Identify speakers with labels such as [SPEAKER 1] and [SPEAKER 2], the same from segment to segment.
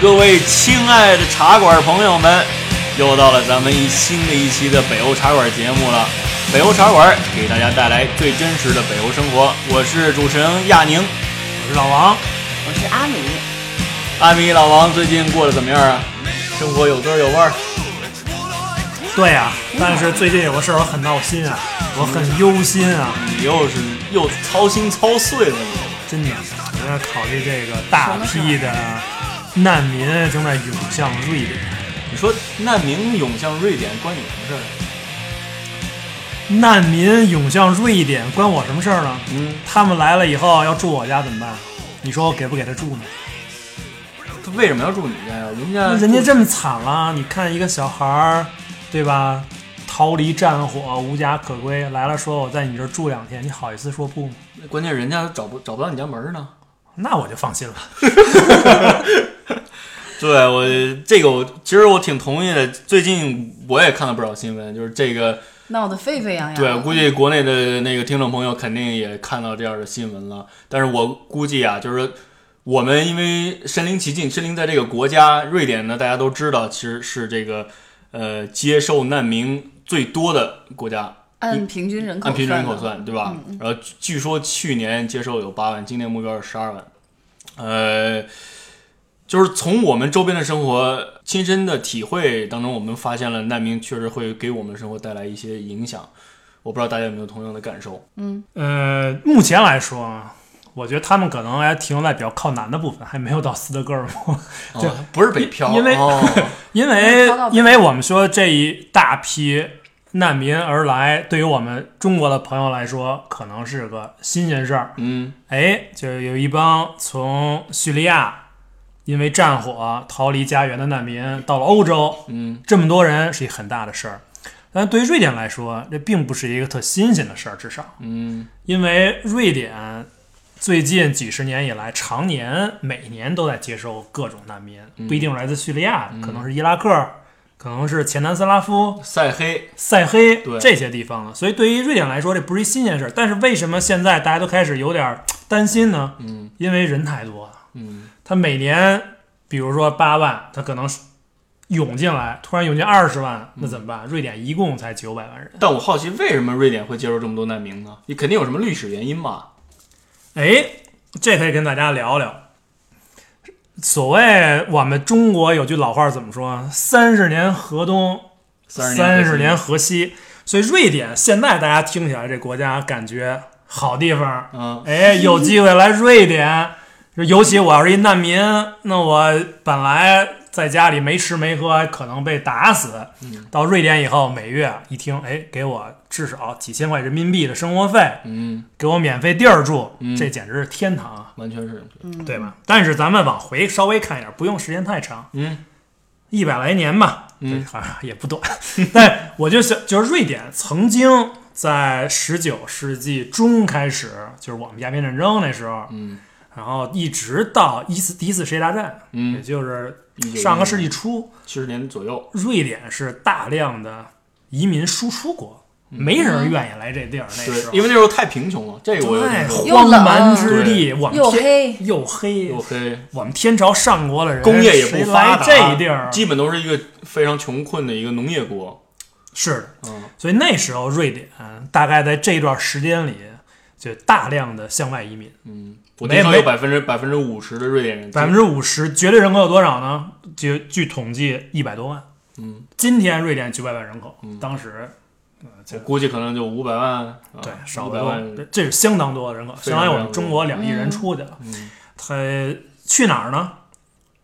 [SPEAKER 1] 各位亲爱的茶馆朋友们，又到了咱们一新的一期的北欧茶馆节目了。北欧茶馆给大家带来最真实的北欧生活，我是主持人亚宁，
[SPEAKER 2] 我是老王，
[SPEAKER 3] 我是阿米。
[SPEAKER 1] 阿米老王最近过得怎么样啊？生活有滋儿有味儿。
[SPEAKER 2] 对呀、但是最近有个事儿我很闹心啊，我很忧心啊，
[SPEAKER 1] 你又是又操心操碎了你。
[SPEAKER 2] 真的，我在考虑这个大批的难民正在涌向瑞典，
[SPEAKER 1] 你说难民涌向瑞典关你什么事儿？啊
[SPEAKER 2] 难民涌向瑞典关我什么事儿呢？
[SPEAKER 1] 嗯，
[SPEAKER 2] 他们来了以后要住我家怎么办？你说我给不给他住呢？
[SPEAKER 1] 他为什么要住你家呀？人家
[SPEAKER 2] 那人家这么惨了，你看一个小孩儿，对吧？逃离战火，无家可归，来了说我在你这儿住两天，你好意思说不吗？
[SPEAKER 1] 关键人家找不找不到你家门儿呢。
[SPEAKER 2] 那我就放心了。
[SPEAKER 1] 对我这个我其实我挺同意的。最近我也看了不少新闻，就是这个，
[SPEAKER 3] 闹得沸沸扬扬。
[SPEAKER 1] 对，啊我估计国内的那个听众朋友肯定也看到这样的新闻了。但是我估计啊，就是说我们因为身临其境，身临在这个国家，瑞典呢，大家都知道，其实是这个呃接受难民最多的国家，
[SPEAKER 3] 按平均人口
[SPEAKER 1] 按平均人口
[SPEAKER 3] 的嗯
[SPEAKER 1] 算，对吧？然后据说去年接受有八万，今年目标是十二万。呃，就是从我们周边的生活亲身的体会当中，我们发现了难民确实会给我们的生活带来一些影响。我不知道大家有没有同样的感受？
[SPEAKER 2] 呃，目前来说啊，我觉得他们可能还停留在比较靠南的部分，还没有到斯德哥尔摩。 对
[SPEAKER 1] 哦、不是北漂，
[SPEAKER 2] 因为
[SPEAKER 1] 哦、
[SPEAKER 2] 因
[SPEAKER 3] 没
[SPEAKER 2] 为
[SPEAKER 3] 有靠到北
[SPEAKER 2] 因为我们说这一大批难民而来，对于我们中国的朋友来说，可能是个新鲜事儿。
[SPEAKER 1] 嗯，
[SPEAKER 2] 哎，就有一帮从叙利亚因为战火逃离家园的难民到了欧洲，
[SPEAKER 1] 嗯，
[SPEAKER 2] 这么多人是一很大的事儿。但对于瑞典来说，这并不是一个特新鲜的事儿，至少。
[SPEAKER 1] 嗯，
[SPEAKER 2] 因为瑞典最近几十年以来，常年每年都在接受各种难民，
[SPEAKER 1] 嗯
[SPEAKER 2] 不一定是来自叙利亚，可能是伊拉克，可能是前南斯拉夫、
[SPEAKER 1] 晒黑，
[SPEAKER 2] 塞黑
[SPEAKER 1] 对
[SPEAKER 2] 这些地方了。所以对于瑞典来说，这不是一新鲜事儿。但是为什么现在大家都开始有点儿担心呢？
[SPEAKER 1] 嗯
[SPEAKER 2] 因为人太多了，
[SPEAKER 1] 嗯
[SPEAKER 2] 他每年比如说八万，他可能是涌进来，突然涌进二十万，
[SPEAKER 1] 嗯
[SPEAKER 2] 那怎么办？瑞典一共才九百万人。
[SPEAKER 1] 但我好奇，为什么瑞典会接受这么多难民呢？你肯定有什么历史原因吧？
[SPEAKER 2] 哎，这可以跟大家聊聊。所谓我们中国有句老话怎么说？啊三十年河东，
[SPEAKER 1] 三
[SPEAKER 2] 三
[SPEAKER 1] 十
[SPEAKER 2] 十
[SPEAKER 1] 年
[SPEAKER 2] 年
[SPEAKER 1] 河
[SPEAKER 2] 河西。所以瑞典现在大家听起来这国家感觉好地方，
[SPEAKER 1] 西，嗯
[SPEAKER 2] 哎，有机会来瑞典。尤其我要是一难民，那我本来在家里没吃没喝，还可能被打死。
[SPEAKER 1] 嗯
[SPEAKER 2] 到瑞典以后，每月一听，哎，给我至少几千块人民币的生活费，
[SPEAKER 1] 嗯，
[SPEAKER 2] 给我免费地儿住，
[SPEAKER 1] 嗯
[SPEAKER 2] 这简直是天堂啊！
[SPEAKER 1] 完全是，
[SPEAKER 2] 对吧？但是咱们往回稍微看一点，不用时间太长，
[SPEAKER 1] 嗯
[SPEAKER 2] 一百来年吧，
[SPEAKER 1] 嗯
[SPEAKER 2] 这好像也不短。但我就想，就是瑞典曾经在十九世纪中开始，就是我们鸦片战争那时候，
[SPEAKER 1] 嗯
[SPEAKER 2] 然后一直到一次第一次世界大战，也
[SPEAKER 1] 嗯，
[SPEAKER 2] 就是上个世纪初，
[SPEAKER 1] 七十年左右，
[SPEAKER 2] 瑞典是大量的移民输出国，没人愿意来这地儿。那时
[SPEAKER 1] 对，
[SPEAKER 2] 候
[SPEAKER 1] 嗯因为那时候太贫穷了，这个我有
[SPEAKER 2] 对
[SPEAKER 1] 点懂
[SPEAKER 3] 又
[SPEAKER 2] 荒
[SPEAKER 3] 冷
[SPEAKER 2] 蛮之地，我们
[SPEAKER 3] 又
[SPEAKER 2] 天
[SPEAKER 3] 黑
[SPEAKER 2] 又黑
[SPEAKER 1] 又黑，
[SPEAKER 2] 我们天朝上国的人，
[SPEAKER 1] 工业也不发达，
[SPEAKER 2] 谁来这地儿啊
[SPEAKER 1] 基本都是一个非常穷困的一个农业国。
[SPEAKER 2] 是的，
[SPEAKER 1] 嗯
[SPEAKER 2] 所以那时候瑞典大概在这段时间里就大量的向外移民，
[SPEAKER 1] 嗯，我听说
[SPEAKER 2] 没
[SPEAKER 1] 有百分之百分之五十的瑞典人，
[SPEAKER 2] 百分之五十绝对人口有多少呢？据据统计一百多万。
[SPEAKER 1] 嗯，
[SPEAKER 2] 今天瑞典九百万人口，
[SPEAKER 1] 嗯
[SPEAKER 2] 当时嗯
[SPEAKER 1] 我估计可能就五百万，啊
[SPEAKER 2] 对少
[SPEAKER 1] 500
[SPEAKER 2] 得
[SPEAKER 1] 万。
[SPEAKER 2] 多，这是相当多的人口，
[SPEAKER 1] 非
[SPEAKER 2] 相
[SPEAKER 1] 常
[SPEAKER 2] 当于我们中国两亿人出去了。
[SPEAKER 1] 嗯
[SPEAKER 2] 他去哪儿呢？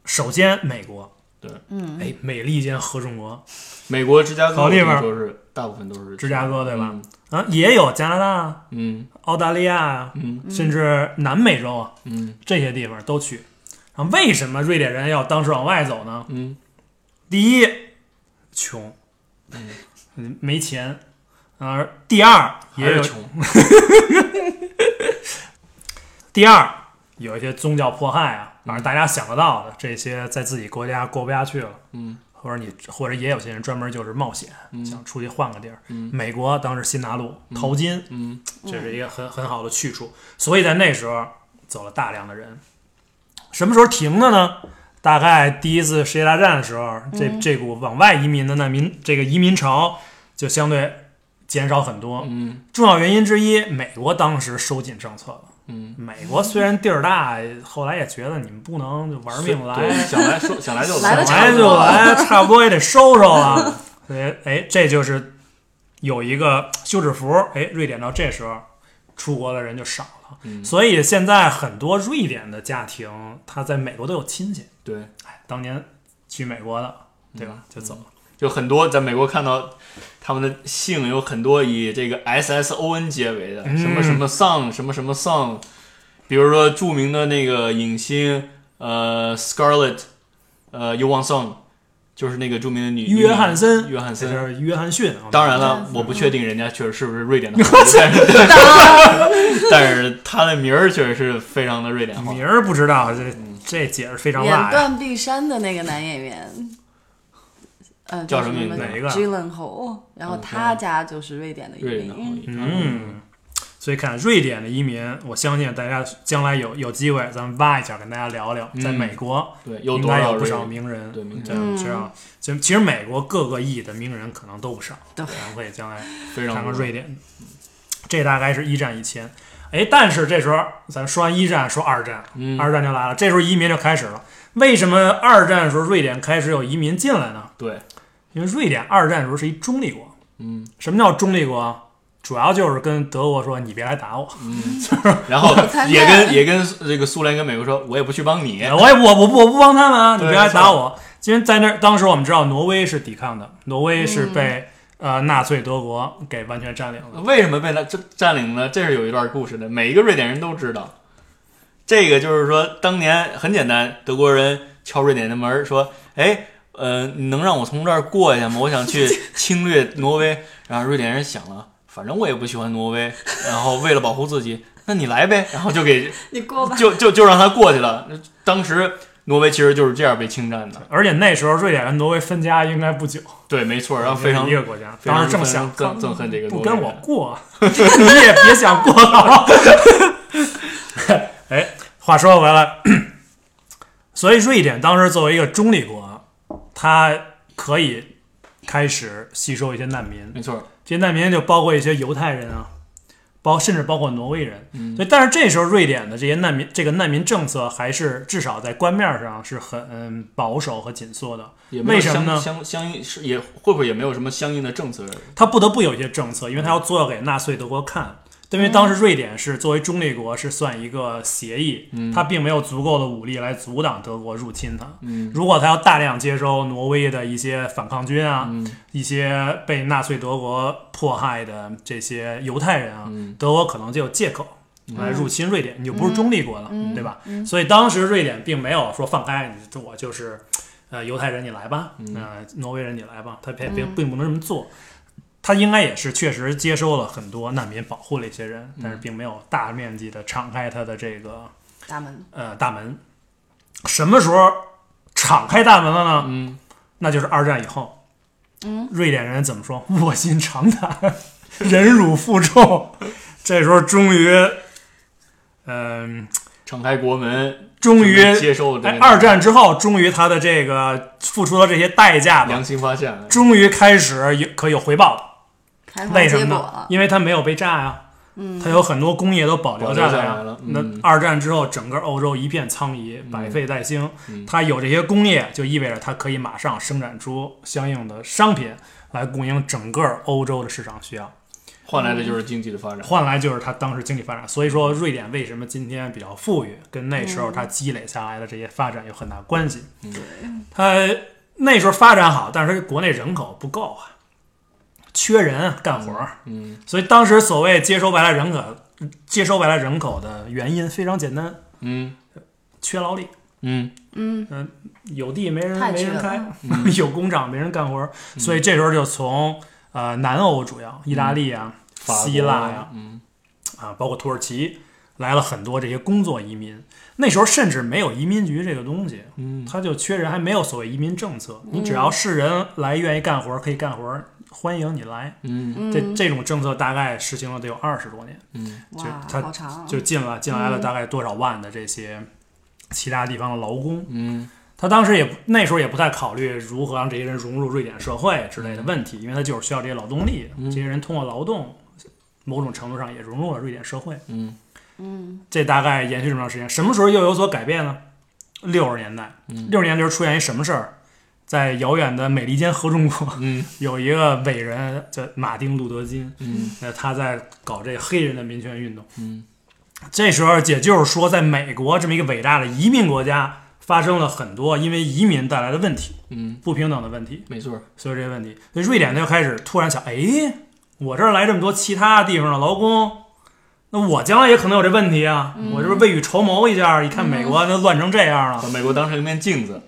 [SPEAKER 2] 首先美国，
[SPEAKER 1] 对，
[SPEAKER 3] 嗯，
[SPEAKER 2] 哎，美利坚合众国，
[SPEAKER 1] 美国芝加哥，
[SPEAKER 2] 好地方
[SPEAKER 1] 都是大部分都是
[SPEAKER 2] 芝加哥对吧？啊，也有加拿大、啊
[SPEAKER 1] 嗯？
[SPEAKER 2] 澳大利亚，啊
[SPEAKER 1] 嗯
[SPEAKER 2] 甚至南美洲啊。
[SPEAKER 1] 嗯嗯
[SPEAKER 2] 这些地方都去。然后为什么瑞典人要当时往外走呢？
[SPEAKER 1] 嗯
[SPEAKER 2] 第一，穷，嗯，没钱。啊，第二
[SPEAKER 1] 嗯还
[SPEAKER 2] 也
[SPEAKER 1] 是
[SPEAKER 2] 有，
[SPEAKER 1] 穷。
[SPEAKER 2] 第二有一些宗教迫害啊，
[SPEAKER 1] 嗯
[SPEAKER 2] 反正大家想得到的这些，在自己国家过不下去了，
[SPEAKER 1] 嗯
[SPEAKER 2] 或者你或者也有些人专门就是冒险，想出去换个地儿。
[SPEAKER 1] 嗯
[SPEAKER 2] 美国当时新大陆淘金，
[SPEAKER 1] 嗯
[SPEAKER 2] 这是一个很很好的去处。所以在那时候走了大量的人，什么时候停的呢？大概第一次世界大战的时候，这
[SPEAKER 3] 嗯
[SPEAKER 2] 这股往外移民的难民这个移民潮就相对减少很多。
[SPEAKER 1] 嗯
[SPEAKER 2] 重要原因之一，美国当时收紧政策了。
[SPEAKER 1] 嗯，
[SPEAKER 2] 美国虽然地儿大，后来也觉得你们不能就玩命来，
[SPEAKER 1] 对想来说想来就
[SPEAKER 3] 来了
[SPEAKER 2] 想 来
[SPEAKER 3] 差不
[SPEAKER 2] 就
[SPEAKER 3] 多
[SPEAKER 2] 来，差不多也得收收了。所以，哎，这就是有一个休止符。哎，瑞典到这时候出国的人就少了，
[SPEAKER 1] 嗯
[SPEAKER 2] 所以现在很多瑞典的家庭，他在美国都有亲戚。
[SPEAKER 1] 对，
[SPEAKER 2] 哎，当年去美国的，对
[SPEAKER 1] 嗯
[SPEAKER 2] 吧？就走了。
[SPEAKER 1] 就很多在美国看到他们的姓有很多以这个 S S O N 结尾的，
[SPEAKER 2] 嗯
[SPEAKER 1] 什么什么 Song，什么什么 Song，比如说著名的那个影星呃 Scarlett，呃 y o n Song，就是那个著名的女
[SPEAKER 2] 约翰森
[SPEAKER 1] 约翰
[SPEAKER 2] 这
[SPEAKER 1] 森。
[SPEAKER 2] 是约翰逊啊。
[SPEAKER 1] 当然
[SPEAKER 3] 约
[SPEAKER 1] 了
[SPEAKER 3] 翰，森
[SPEAKER 1] 我不确定人家确实是不是瑞 典的孩子，但是但是 他的名儿确实是非常的瑞典话。
[SPEAKER 2] 名儿不知道，这
[SPEAKER 1] 嗯
[SPEAKER 2] 这解释非常
[SPEAKER 3] 演
[SPEAKER 2] 大呀。
[SPEAKER 3] 断臂山的那个男演员，呃，
[SPEAKER 1] 叫什么名字
[SPEAKER 2] 哪一个
[SPEAKER 3] g i l l e n h o 然后他家就是瑞典的移
[SPEAKER 1] 瑞典的话
[SPEAKER 3] 民。
[SPEAKER 2] 嗯，所以看瑞典的移民，我相信大家将来有有机会，咱们挖一下，跟大家聊聊，
[SPEAKER 1] 嗯
[SPEAKER 2] 在美国
[SPEAKER 1] 对，有
[SPEAKER 2] 应
[SPEAKER 1] 多
[SPEAKER 2] 该
[SPEAKER 1] 少
[SPEAKER 2] 有不
[SPEAKER 1] 瑞
[SPEAKER 2] 少
[SPEAKER 1] 典
[SPEAKER 2] 名人，嗯
[SPEAKER 1] 对名
[SPEAKER 2] 这
[SPEAKER 1] 字
[SPEAKER 2] 样知道。其实其实美国各个裔的名人可能都不少，
[SPEAKER 3] 对
[SPEAKER 2] 咱们可以将来
[SPEAKER 1] 非常
[SPEAKER 2] 看
[SPEAKER 1] 多
[SPEAKER 2] 看瑞典。这大概是一战以前，哎，但是这时候咱说完一战，说二战，
[SPEAKER 1] 嗯
[SPEAKER 2] 二战就来了，这时候移民就开始了。为什么二战的时候瑞典开始有移民进来呢？
[SPEAKER 1] 对，
[SPEAKER 2] 因为瑞典二战的时候是一中立国，
[SPEAKER 1] 嗯
[SPEAKER 2] 什么叫中立国？主要就是跟德国说你别来打我，
[SPEAKER 1] 嗯，然后
[SPEAKER 3] 参
[SPEAKER 1] 也
[SPEAKER 3] 战
[SPEAKER 1] 跟也跟这个苏联跟美国说，我也不去帮你，
[SPEAKER 2] 呃我也我我不我不帮他们啊，你
[SPEAKER 1] 对
[SPEAKER 2] 别来打我。因为在那儿当时我们知道挪威是抵抗的，挪威是被、呃纳粹德国给完全占领了。
[SPEAKER 1] 为什么被他占占领呢？这是有一段故事的，每一个瑞典人都知道。这个就是说，当年很简单，德国人敲瑞典的门儿说：“哎，呃，你能让我从这儿过一下吗？我想去侵略挪威。”然后瑞典人想了，反正我也不喜欢挪威，然后为了保护自己，那你来呗，然后就给
[SPEAKER 3] 你过吧，
[SPEAKER 1] 就就就让他过去了。当时挪威其实就是这样被侵占的，
[SPEAKER 2] 而且那时候瑞典跟挪威分家应该不久，
[SPEAKER 1] 对，没错，然后啊非常
[SPEAKER 2] 一个国家。
[SPEAKER 1] 非常
[SPEAKER 2] 当时这么想，
[SPEAKER 1] 憎憎恨这个挪
[SPEAKER 2] 不
[SPEAKER 1] 威
[SPEAKER 2] 跟
[SPEAKER 1] 人
[SPEAKER 2] 我过， 你也别想过了。啊 哎，话说回来，所以瑞典当时作为一个中立国，它可以开始吸收一些难民，
[SPEAKER 1] 没错，
[SPEAKER 2] 这些难民就包括一些犹太人啊，包甚至包括挪威人。
[SPEAKER 1] 嗯
[SPEAKER 2] 所以，但是这时候瑞典的这些难民，这个难民政策还是至少在官面上是很嗯保守和紧缩的。
[SPEAKER 1] 也没有
[SPEAKER 2] 为什么呢
[SPEAKER 1] 相相相应是也会不会也没有什么相应的政策？
[SPEAKER 2] 他不得不有一些政策，因为他要做给纳粹德国看。因为当时瑞典是作为中立国，是算一个协议，他并没有足够的武力来阻挡德国入侵他。
[SPEAKER 1] 嗯
[SPEAKER 2] 如果他要大量接收挪威的一些反抗军啊，
[SPEAKER 1] 嗯
[SPEAKER 2] 一些被纳粹德国迫害的这些犹太人啊，
[SPEAKER 1] 嗯
[SPEAKER 2] 德国可能就有借口来入侵瑞典，你就不是中立国了，
[SPEAKER 3] 嗯
[SPEAKER 2] 对吧？
[SPEAKER 3] 嗯
[SPEAKER 2] 所以当时瑞典并没有说放开你，我就是，呃，犹太人你来吧，
[SPEAKER 1] 嗯
[SPEAKER 2] 呃，挪威人你来吧，他并
[SPEAKER 3] 嗯
[SPEAKER 2] 并并不能这么做。他应该也是确实接收了很多难民，保护了一些人，
[SPEAKER 1] 嗯
[SPEAKER 2] 但是并没有大面积的敞开他的这个
[SPEAKER 3] 大门
[SPEAKER 2] 呃大门。什么时候敞开大门了呢？
[SPEAKER 1] 嗯，
[SPEAKER 2] 那就是二战以后。
[SPEAKER 3] 嗯，
[SPEAKER 2] 瑞典人怎么说？卧薪尝胆， 忍辱负重。这时候终于，嗯、
[SPEAKER 1] 敞开国门，
[SPEAKER 2] 终于，
[SPEAKER 1] 接受这
[SPEAKER 2] 哎，
[SPEAKER 1] 个
[SPEAKER 2] 二战之后，终于他的这个付出的这些代价吧
[SPEAKER 1] 良，心发现了。
[SPEAKER 2] 终于开始有可有回报了。
[SPEAKER 3] 开花
[SPEAKER 2] 为什
[SPEAKER 3] 结
[SPEAKER 2] 么
[SPEAKER 3] 果
[SPEAKER 2] 呢
[SPEAKER 3] 了？，
[SPEAKER 2] 因为他没有被炸呀、
[SPEAKER 3] 嗯
[SPEAKER 2] 他有很多工业都保留
[SPEAKER 1] 保留
[SPEAKER 2] 来
[SPEAKER 1] 下来了嗯
[SPEAKER 2] 那二战之后，整个欧洲一片苍夷，百废待兴。
[SPEAKER 1] 嗯
[SPEAKER 2] 它有这些工业，就意味着它可以马上生产出相应的商品来供应整个欧洲的市场需要，
[SPEAKER 1] 换来的就是经济的发展。
[SPEAKER 2] 换来就是它当时经济发展。所以说，瑞典为什么今天比较富裕，跟那时
[SPEAKER 3] 嗯
[SPEAKER 2] 候它积累下来的这些发展有很大关系。
[SPEAKER 1] 嗯
[SPEAKER 2] 它那时候发展好，但是国内人口不够啊，缺人啊干活儿。
[SPEAKER 1] 嗯
[SPEAKER 2] 所以当时所谓接收外来人口，接收外来人口的原因非常简单，
[SPEAKER 1] 嗯
[SPEAKER 2] 缺劳力，
[SPEAKER 1] 嗯
[SPEAKER 3] 嗯，
[SPEAKER 2] 有地没人
[SPEAKER 3] 太
[SPEAKER 2] 没
[SPEAKER 3] 缺
[SPEAKER 2] 人
[SPEAKER 3] 了
[SPEAKER 2] 开， 有工厂没人干活，
[SPEAKER 1] 嗯
[SPEAKER 2] 所以这时候就从呃南欧主要意大利啊、
[SPEAKER 1] 法国
[SPEAKER 2] 希腊呀
[SPEAKER 1] 嗯
[SPEAKER 2] 啊，包括土耳其来了很多这些工作移民。那时候甚至没有移民局这个东西，
[SPEAKER 1] 嗯
[SPEAKER 2] 他就缺人，还没有所谓移民政策。你只要是人来愿意干活，可以干活，欢迎你来。
[SPEAKER 1] 嗯
[SPEAKER 2] 这
[SPEAKER 3] 嗯
[SPEAKER 2] 这种政策大概实行了得有二十多年。
[SPEAKER 1] 嗯
[SPEAKER 2] 就
[SPEAKER 3] 哇，
[SPEAKER 2] 他
[SPEAKER 3] 好长啊，
[SPEAKER 2] 就进了进来了大概多少万的这些其他地方的劳工，
[SPEAKER 1] 嗯
[SPEAKER 2] 他当时也不那时候也不太考虑如何让这些人融入瑞典社会之
[SPEAKER 1] 嗯
[SPEAKER 2] 类的问题，因为他就是需要这些劳动力，这些人通过劳动，某种程度上也融入了瑞典社会。
[SPEAKER 1] 嗯
[SPEAKER 3] 嗯
[SPEAKER 2] 这大概延续这么长时间，什么时候又有所改变呢？六十年代，
[SPEAKER 1] 嗯
[SPEAKER 2] 六十年代时候出现一什么事儿？在遥远的美利坚合众国，
[SPEAKER 1] 嗯
[SPEAKER 2] 有一个伟人叫马丁·路德·金，
[SPEAKER 1] 嗯
[SPEAKER 2] 那他在搞这黑人的民权运动。
[SPEAKER 1] 嗯
[SPEAKER 2] 这时候，也就是说，在美国这么一个伟大的移民国家，发生了很多因为移民带来的问题，
[SPEAKER 1] 嗯，
[SPEAKER 2] 不平等的问题。
[SPEAKER 1] 没错儿，
[SPEAKER 2] 所以这些问题，所以瑞典他就开始突然想，哎，我这儿来这么多其他地方的劳工，那我将来也可能有这问题啊！我这不是未雨绸缪一下，一看美国那乱成这样了，
[SPEAKER 1] 把美国当成一面镜子，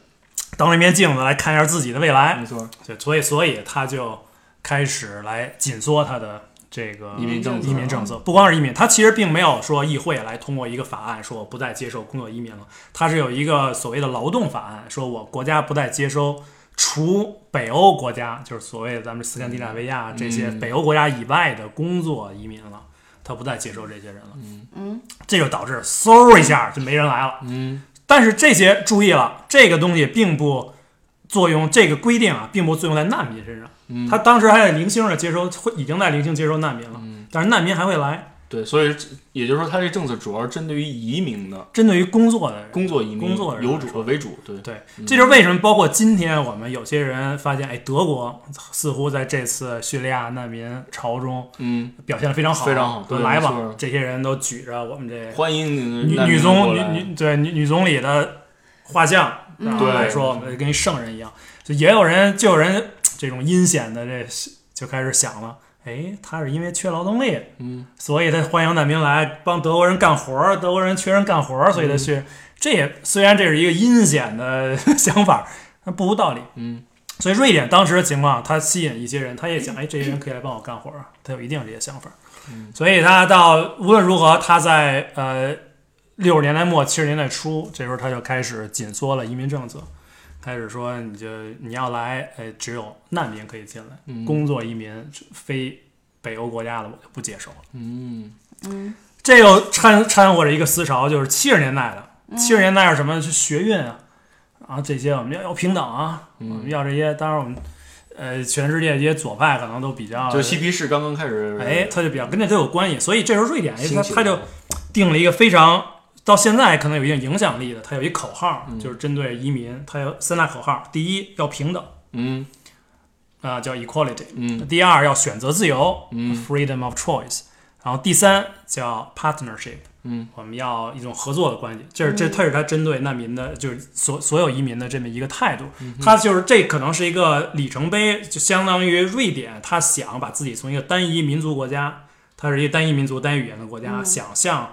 [SPEAKER 2] 当这面镜子来看一下自己的未来，
[SPEAKER 1] 没错儿，
[SPEAKER 2] 对，所以所以他就开始来紧缩他的这个
[SPEAKER 1] 移民政策嗯
[SPEAKER 2] 移民政策，不光是移民，他其实并没有说议会来通过一个法案说我不再接受工作移民了，他是有一个所谓的劳动法案，说我国家不再接收除北欧国家，就是所谓的咱们斯堪的纳维亚这些
[SPEAKER 1] 嗯
[SPEAKER 2] 北欧国家以外的工作移民了，他不再接受这些人了，
[SPEAKER 3] 嗯，
[SPEAKER 2] 这就导致嗖一下就没人来了。
[SPEAKER 1] 嗯
[SPEAKER 2] 但是这些注意了，这个东西并不作用，这个规定啊，并不作用在难民身上。
[SPEAKER 1] 嗯，
[SPEAKER 2] 他当时还在零星的接收，会已经在零星接收难民了，
[SPEAKER 1] 嗯
[SPEAKER 2] 但是难民还会来，
[SPEAKER 1] 对，所以也就是说，他这政策主要是针对于移民的
[SPEAKER 2] 针对于工作的人。
[SPEAKER 1] 工作移嗯民，
[SPEAKER 2] 工作人
[SPEAKER 1] 有主为主，对，
[SPEAKER 2] 对，这就是为什么，包括今天我们有些人发现，哎，德国似乎在这次叙利亚难民潮中
[SPEAKER 1] 嗯，
[SPEAKER 2] 表现得非常好，啊
[SPEAKER 1] 非常好对
[SPEAKER 2] 来
[SPEAKER 1] 没错
[SPEAKER 2] 吧，这些人都举着我们这
[SPEAKER 1] 欢迎
[SPEAKER 2] 女
[SPEAKER 1] 难民
[SPEAKER 2] 女
[SPEAKER 1] 过
[SPEAKER 2] 总
[SPEAKER 1] 来
[SPEAKER 2] 女女对女女总理的画像，然后
[SPEAKER 1] 对
[SPEAKER 2] 来说我们跟一圣人一样，就也有人就有人这种阴险的这就开始想了，哎，他是因为缺劳动力，
[SPEAKER 1] 嗯，
[SPEAKER 2] 所以他欢迎难民来帮德国人干活儿，德国人缺人干活儿，所以他去。
[SPEAKER 1] 嗯
[SPEAKER 2] 这也虽然这是一个阴险的想法，但不无道理。
[SPEAKER 1] 嗯，
[SPEAKER 2] 所以瑞典当时的情况，他吸引一些人，他也想，哎，这些人可以来帮我干活儿，他有一定这些想法。
[SPEAKER 1] 嗯
[SPEAKER 2] 所以他到无论如何，他在呃六十年代末七十年代初，这时候他就开始紧缩了移民政策，开始说你就你要来，呃，只有难民可以进来，
[SPEAKER 1] 嗯
[SPEAKER 2] 工作移民非北欧国家的我就不接受了。
[SPEAKER 1] 嗯
[SPEAKER 2] 这又掺掺和着一个思潮，就是七十年代的。七十年代是什么？是学运啊，啊这些我们要要平等啊，我们要这些。当然我们，呃，全世界这些左派可能都比较，
[SPEAKER 1] 就嬉皮士刚刚开始，
[SPEAKER 2] 啊哎，他就比较跟这都有关系。所以这时候瑞典，哎
[SPEAKER 1] 兴
[SPEAKER 2] 他
[SPEAKER 1] 起
[SPEAKER 2] 他就定了一个非常到现在可能有一定影响力的，他有一口号，
[SPEAKER 1] 嗯
[SPEAKER 2] 就是针对移民，他有三大口号：第一要平等
[SPEAKER 1] 嗯
[SPEAKER 2] 啊、叫 equality；
[SPEAKER 1] 嗯
[SPEAKER 2] 第二要选择自由、
[SPEAKER 1] 嗯
[SPEAKER 2] f r e e d o m of choice；然后第三叫 partnership。
[SPEAKER 1] 嗯
[SPEAKER 2] 我们要一种合作的关系，这是这这是他针对难民的，就是所所有移民的这么一个态度。
[SPEAKER 1] 嗯
[SPEAKER 2] 他就是这可能是一个里程碑，就相当于瑞典，他想把自己从一个单一民族国家，它是一个单一民族、单一语言的国家，想向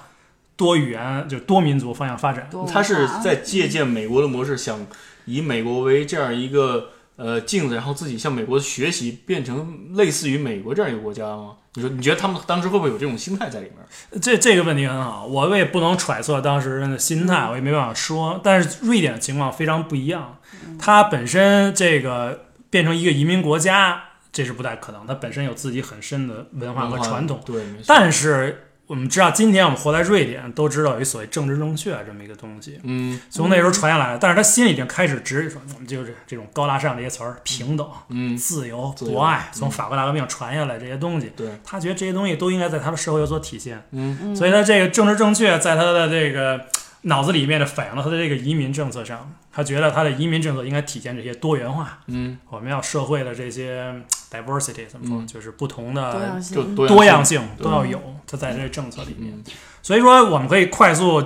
[SPEAKER 2] 多语言就多民族方向发展。
[SPEAKER 3] 多
[SPEAKER 1] 他是
[SPEAKER 3] 文化
[SPEAKER 1] 在借鉴美国的模式，想以美国为这样一个呃镜子，然后自己向美国学习，变成类似于美国这样一个国家吗？你说，你觉得他们当时会不会有这种心态在里面？
[SPEAKER 2] 这这个问题很好，我也不能揣测当时人的心态，我也没办法说。但是瑞典的情况非常不一样，它本身这个变成一个移民国家，这是不太可能，它本身有自己很深的文化和传统。
[SPEAKER 1] 对，没错。
[SPEAKER 2] 但是我们知道，今天我们活在瑞典，都知道有一所谓政治正确这么一个东西，
[SPEAKER 1] 嗯
[SPEAKER 2] 从那时候传下来的。但是他心里已经开始直说，我们就是这种高大上这些词儿，平等、
[SPEAKER 1] 嗯，
[SPEAKER 2] 自由、
[SPEAKER 1] 自由
[SPEAKER 2] 博爱，从法国大革命传下来这些东西。
[SPEAKER 1] 对，
[SPEAKER 2] 他觉得这些东西都应该在他的社会有所体现，
[SPEAKER 1] 嗯
[SPEAKER 2] 所以他这个政治正确在他的这个脑子里面的反映到他的这个移民政策上，他觉得他的移民政策应该体现这些多元化，
[SPEAKER 1] 嗯，
[SPEAKER 2] 我们要社会的这些 diversity 怎么说，
[SPEAKER 1] 嗯
[SPEAKER 2] 就是不同的
[SPEAKER 3] 多样性，
[SPEAKER 1] 就多
[SPEAKER 2] 多
[SPEAKER 1] 样
[SPEAKER 2] 样
[SPEAKER 1] 性。
[SPEAKER 2] 性
[SPEAKER 1] 对
[SPEAKER 2] 都要有，它在这政策里面。
[SPEAKER 1] 嗯
[SPEAKER 2] 所以说，我们可以快速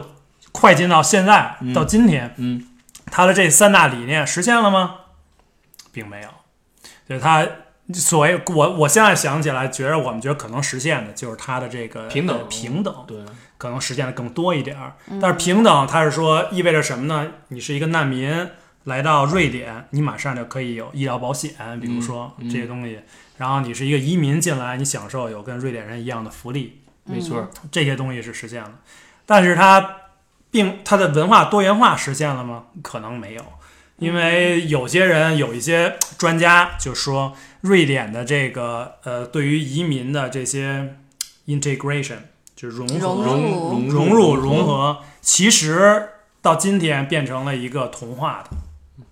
[SPEAKER 2] 快进到现在，
[SPEAKER 1] 嗯
[SPEAKER 2] 到今天，
[SPEAKER 1] 嗯
[SPEAKER 2] 它的这三大理念实现了吗？并没有，就是它所谓我我现在想起来，觉得我们觉得可能实现的就是它的这个
[SPEAKER 1] 平等
[SPEAKER 2] 呃平等
[SPEAKER 1] 对，
[SPEAKER 2] 可能实现的更多一点儿。但是平等，啊它是说意味着什么呢？你是一个难民来到瑞典，你马上就可以有医疗保险，比如说、
[SPEAKER 1] 嗯嗯
[SPEAKER 2] 这些东西。然后你是一个移民进来，你享受有跟瑞典人一样的福利，
[SPEAKER 1] 没错儿。
[SPEAKER 2] 这些东西是实现了。但是它并它的文化多元化实现了吗？可能没有，因为有些人有一些专家就说，瑞典的这个呃，对于移民的这些 integration 就是融合
[SPEAKER 3] 融
[SPEAKER 1] 融
[SPEAKER 3] 入
[SPEAKER 1] 融
[SPEAKER 2] 融入融
[SPEAKER 1] 合，
[SPEAKER 2] 合，其实到今天变成了一个同化的，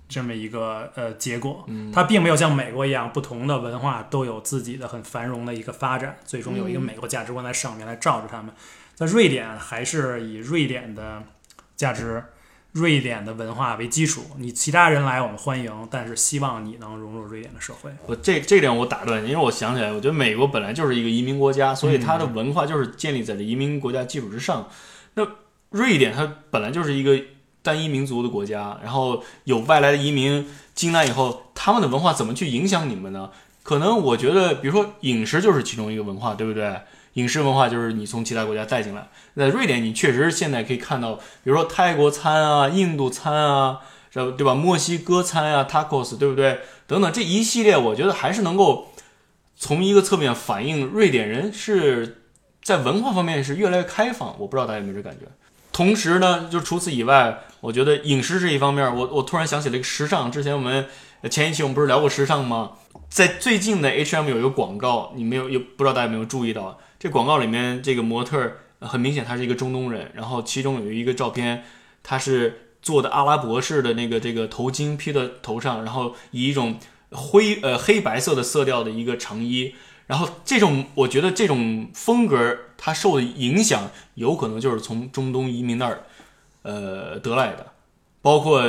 [SPEAKER 2] 这么一个呃结果。它并没有像美国一样，不同的文化都有自己的很繁荣的一个发展，最终有一个美国价值观在上面来罩着他们。在瑞典还是以瑞典的价值、瑞典的文化为基础，你其他人来我们欢迎，但是希望你能融入瑞典的社会。
[SPEAKER 1] 我这这点我打断你，因为我想起来，我觉得美国本来就是一个移民国家，所以它的文化就是建立在这移民国家基础之上。那瑞典它本来就是一个单一民族的国家，然后有外来的移民进来以后，他们的文化怎么去影响你们呢？可能我觉得，比如说饮食就是其中一个文化，对不对？饮食文化就是你从其他国家带进来。在瑞典，你确实现在可以看到，比如说泰国餐啊、印度餐啊，然后对吧？墨西哥餐啊、tacos，对不对？等等这一系列，我觉得还是能够从一个侧面反映瑞典人是在文化方面是越来越开放。我不知道大家有没有这感觉。同时呢，就除此以外，我觉得饮食是一方面。我我突然想起了一个时尚，之前我们呃前一期我们不是聊过时尚吗？在最近的 H&M 有一个广告，你没有，也不知道大家有没有注意到？这广告里面这个模特儿呃很明显他是一个中东人，然后其中有一个照片，他是做的阿拉伯式的那个这个头巾披到头上，然后以一种灰呃黑白色的色调的一个长衣，然后这种我觉得这种风格它受的影响有可能就是从中东移民那儿呃得来的，包括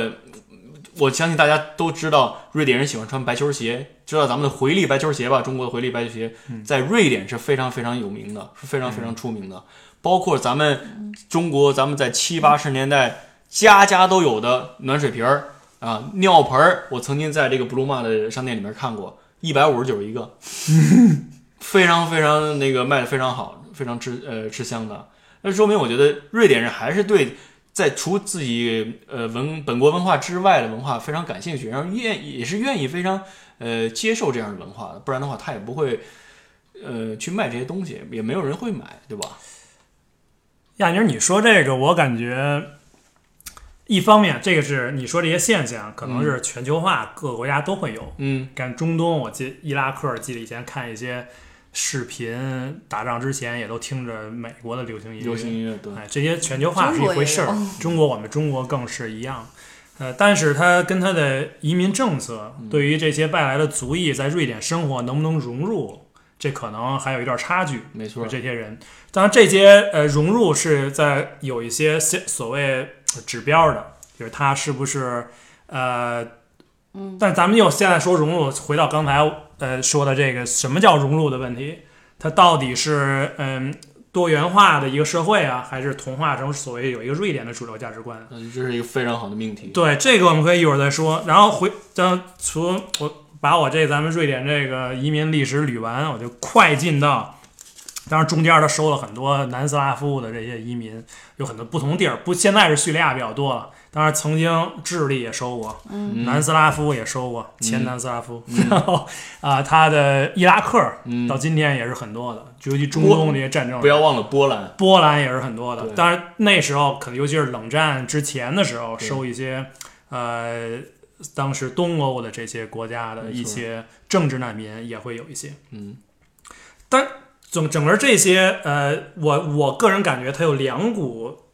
[SPEAKER 1] 我相信大家都知道，瑞典人喜欢穿白球鞋，知道咱们的回力白球鞋吧？中国的回力白球鞋在瑞典是非常非常有名的，是非常非常出名的。包括咱们中国，咱们在七八十年代家家都有的暖水瓶儿啊、尿盆儿，我曾经在这个 Blue m a 的商店里面看过，一百五十九一 个，非常非常那个卖的非常好，非常吃呃吃香的。那说明我觉得瑞典人还是对在除自己呃文本国文化之外的文化非常感兴趣，然后愿也是愿意非常呃接受这样的文化的，不然的话他也不会呃去卖这些东西，也没有人会买，对吧？
[SPEAKER 2] 亚宁，你说这个，我感觉一方面，这个是你说这些现象，可能是全球化各个国家都会有。
[SPEAKER 1] 嗯
[SPEAKER 2] 看中东，我记伊拉克，记得以前看一些视频，打仗之前也都听着美国的流行音乐。
[SPEAKER 1] 嗯流行音乐对，
[SPEAKER 2] 哎，这些全球化是一回事儿
[SPEAKER 3] 中国，
[SPEAKER 2] 中国我们中国更是一样。呃，但是它跟它的移民政策，
[SPEAKER 1] 嗯
[SPEAKER 2] 对于这些外来的族裔在瑞典生活能不能融入，这可能还有一段差距。
[SPEAKER 1] 没错，
[SPEAKER 2] 这些人，当然这些呃融入是在有一些些所谓呃指标的，就是他是不是呃，
[SPEAKER 3] 嗯，
[SPEAKER 2] 但咱们又现在说融入，回到刚才呃说的这个什么叫融入的问题，它到底是嗯多元化的一个社会啊，还是同化成所谓有一个瑞典的主流价值观？
[SPEAKER 1] 呃这是一个非常好的命题。
[SPEAKER 2] 对，这个我们可以一会儿再说。然后回，当从我把我这咱们瑞典这个移民历史捋完，我就快进到，当然中间他收了很多南斯拉夫的这些移民，有很多不同地儿，不现在是叙利亚比较多了，当然曾经智利也收过，
[SPEAKER 1] 嗯
[SPEAKER 2] 南斯拉夫也收过，前南斯拉夫，然后啊、他的伊拉克
[SPEAKER 1] 嗯
[SPEAKER 2] 到今天也是很多的，尤其中
[SPEAKER 1] 波
[SPEAKER 2] 东这些战争，
[SPEAKER 1] 不要忘了波兰，
[SPEAKER 2] 波兰也是很多的
[SPEAKER 1] 对，
[SPEAKER 2] 当然那时候可能尤其是冷战之前的时候，
[SPEAKER 1] 对
[SPEAKER 2] 受一些呃当时东欧的这些国家的
[SPEAKER 1] 没错
[SPEAKER 2] 一些政治难民也会有一些。
[SPEAKER 1] 嗯
[SPEAKER 2] 整整个这些呃，我我个人感觉它有两股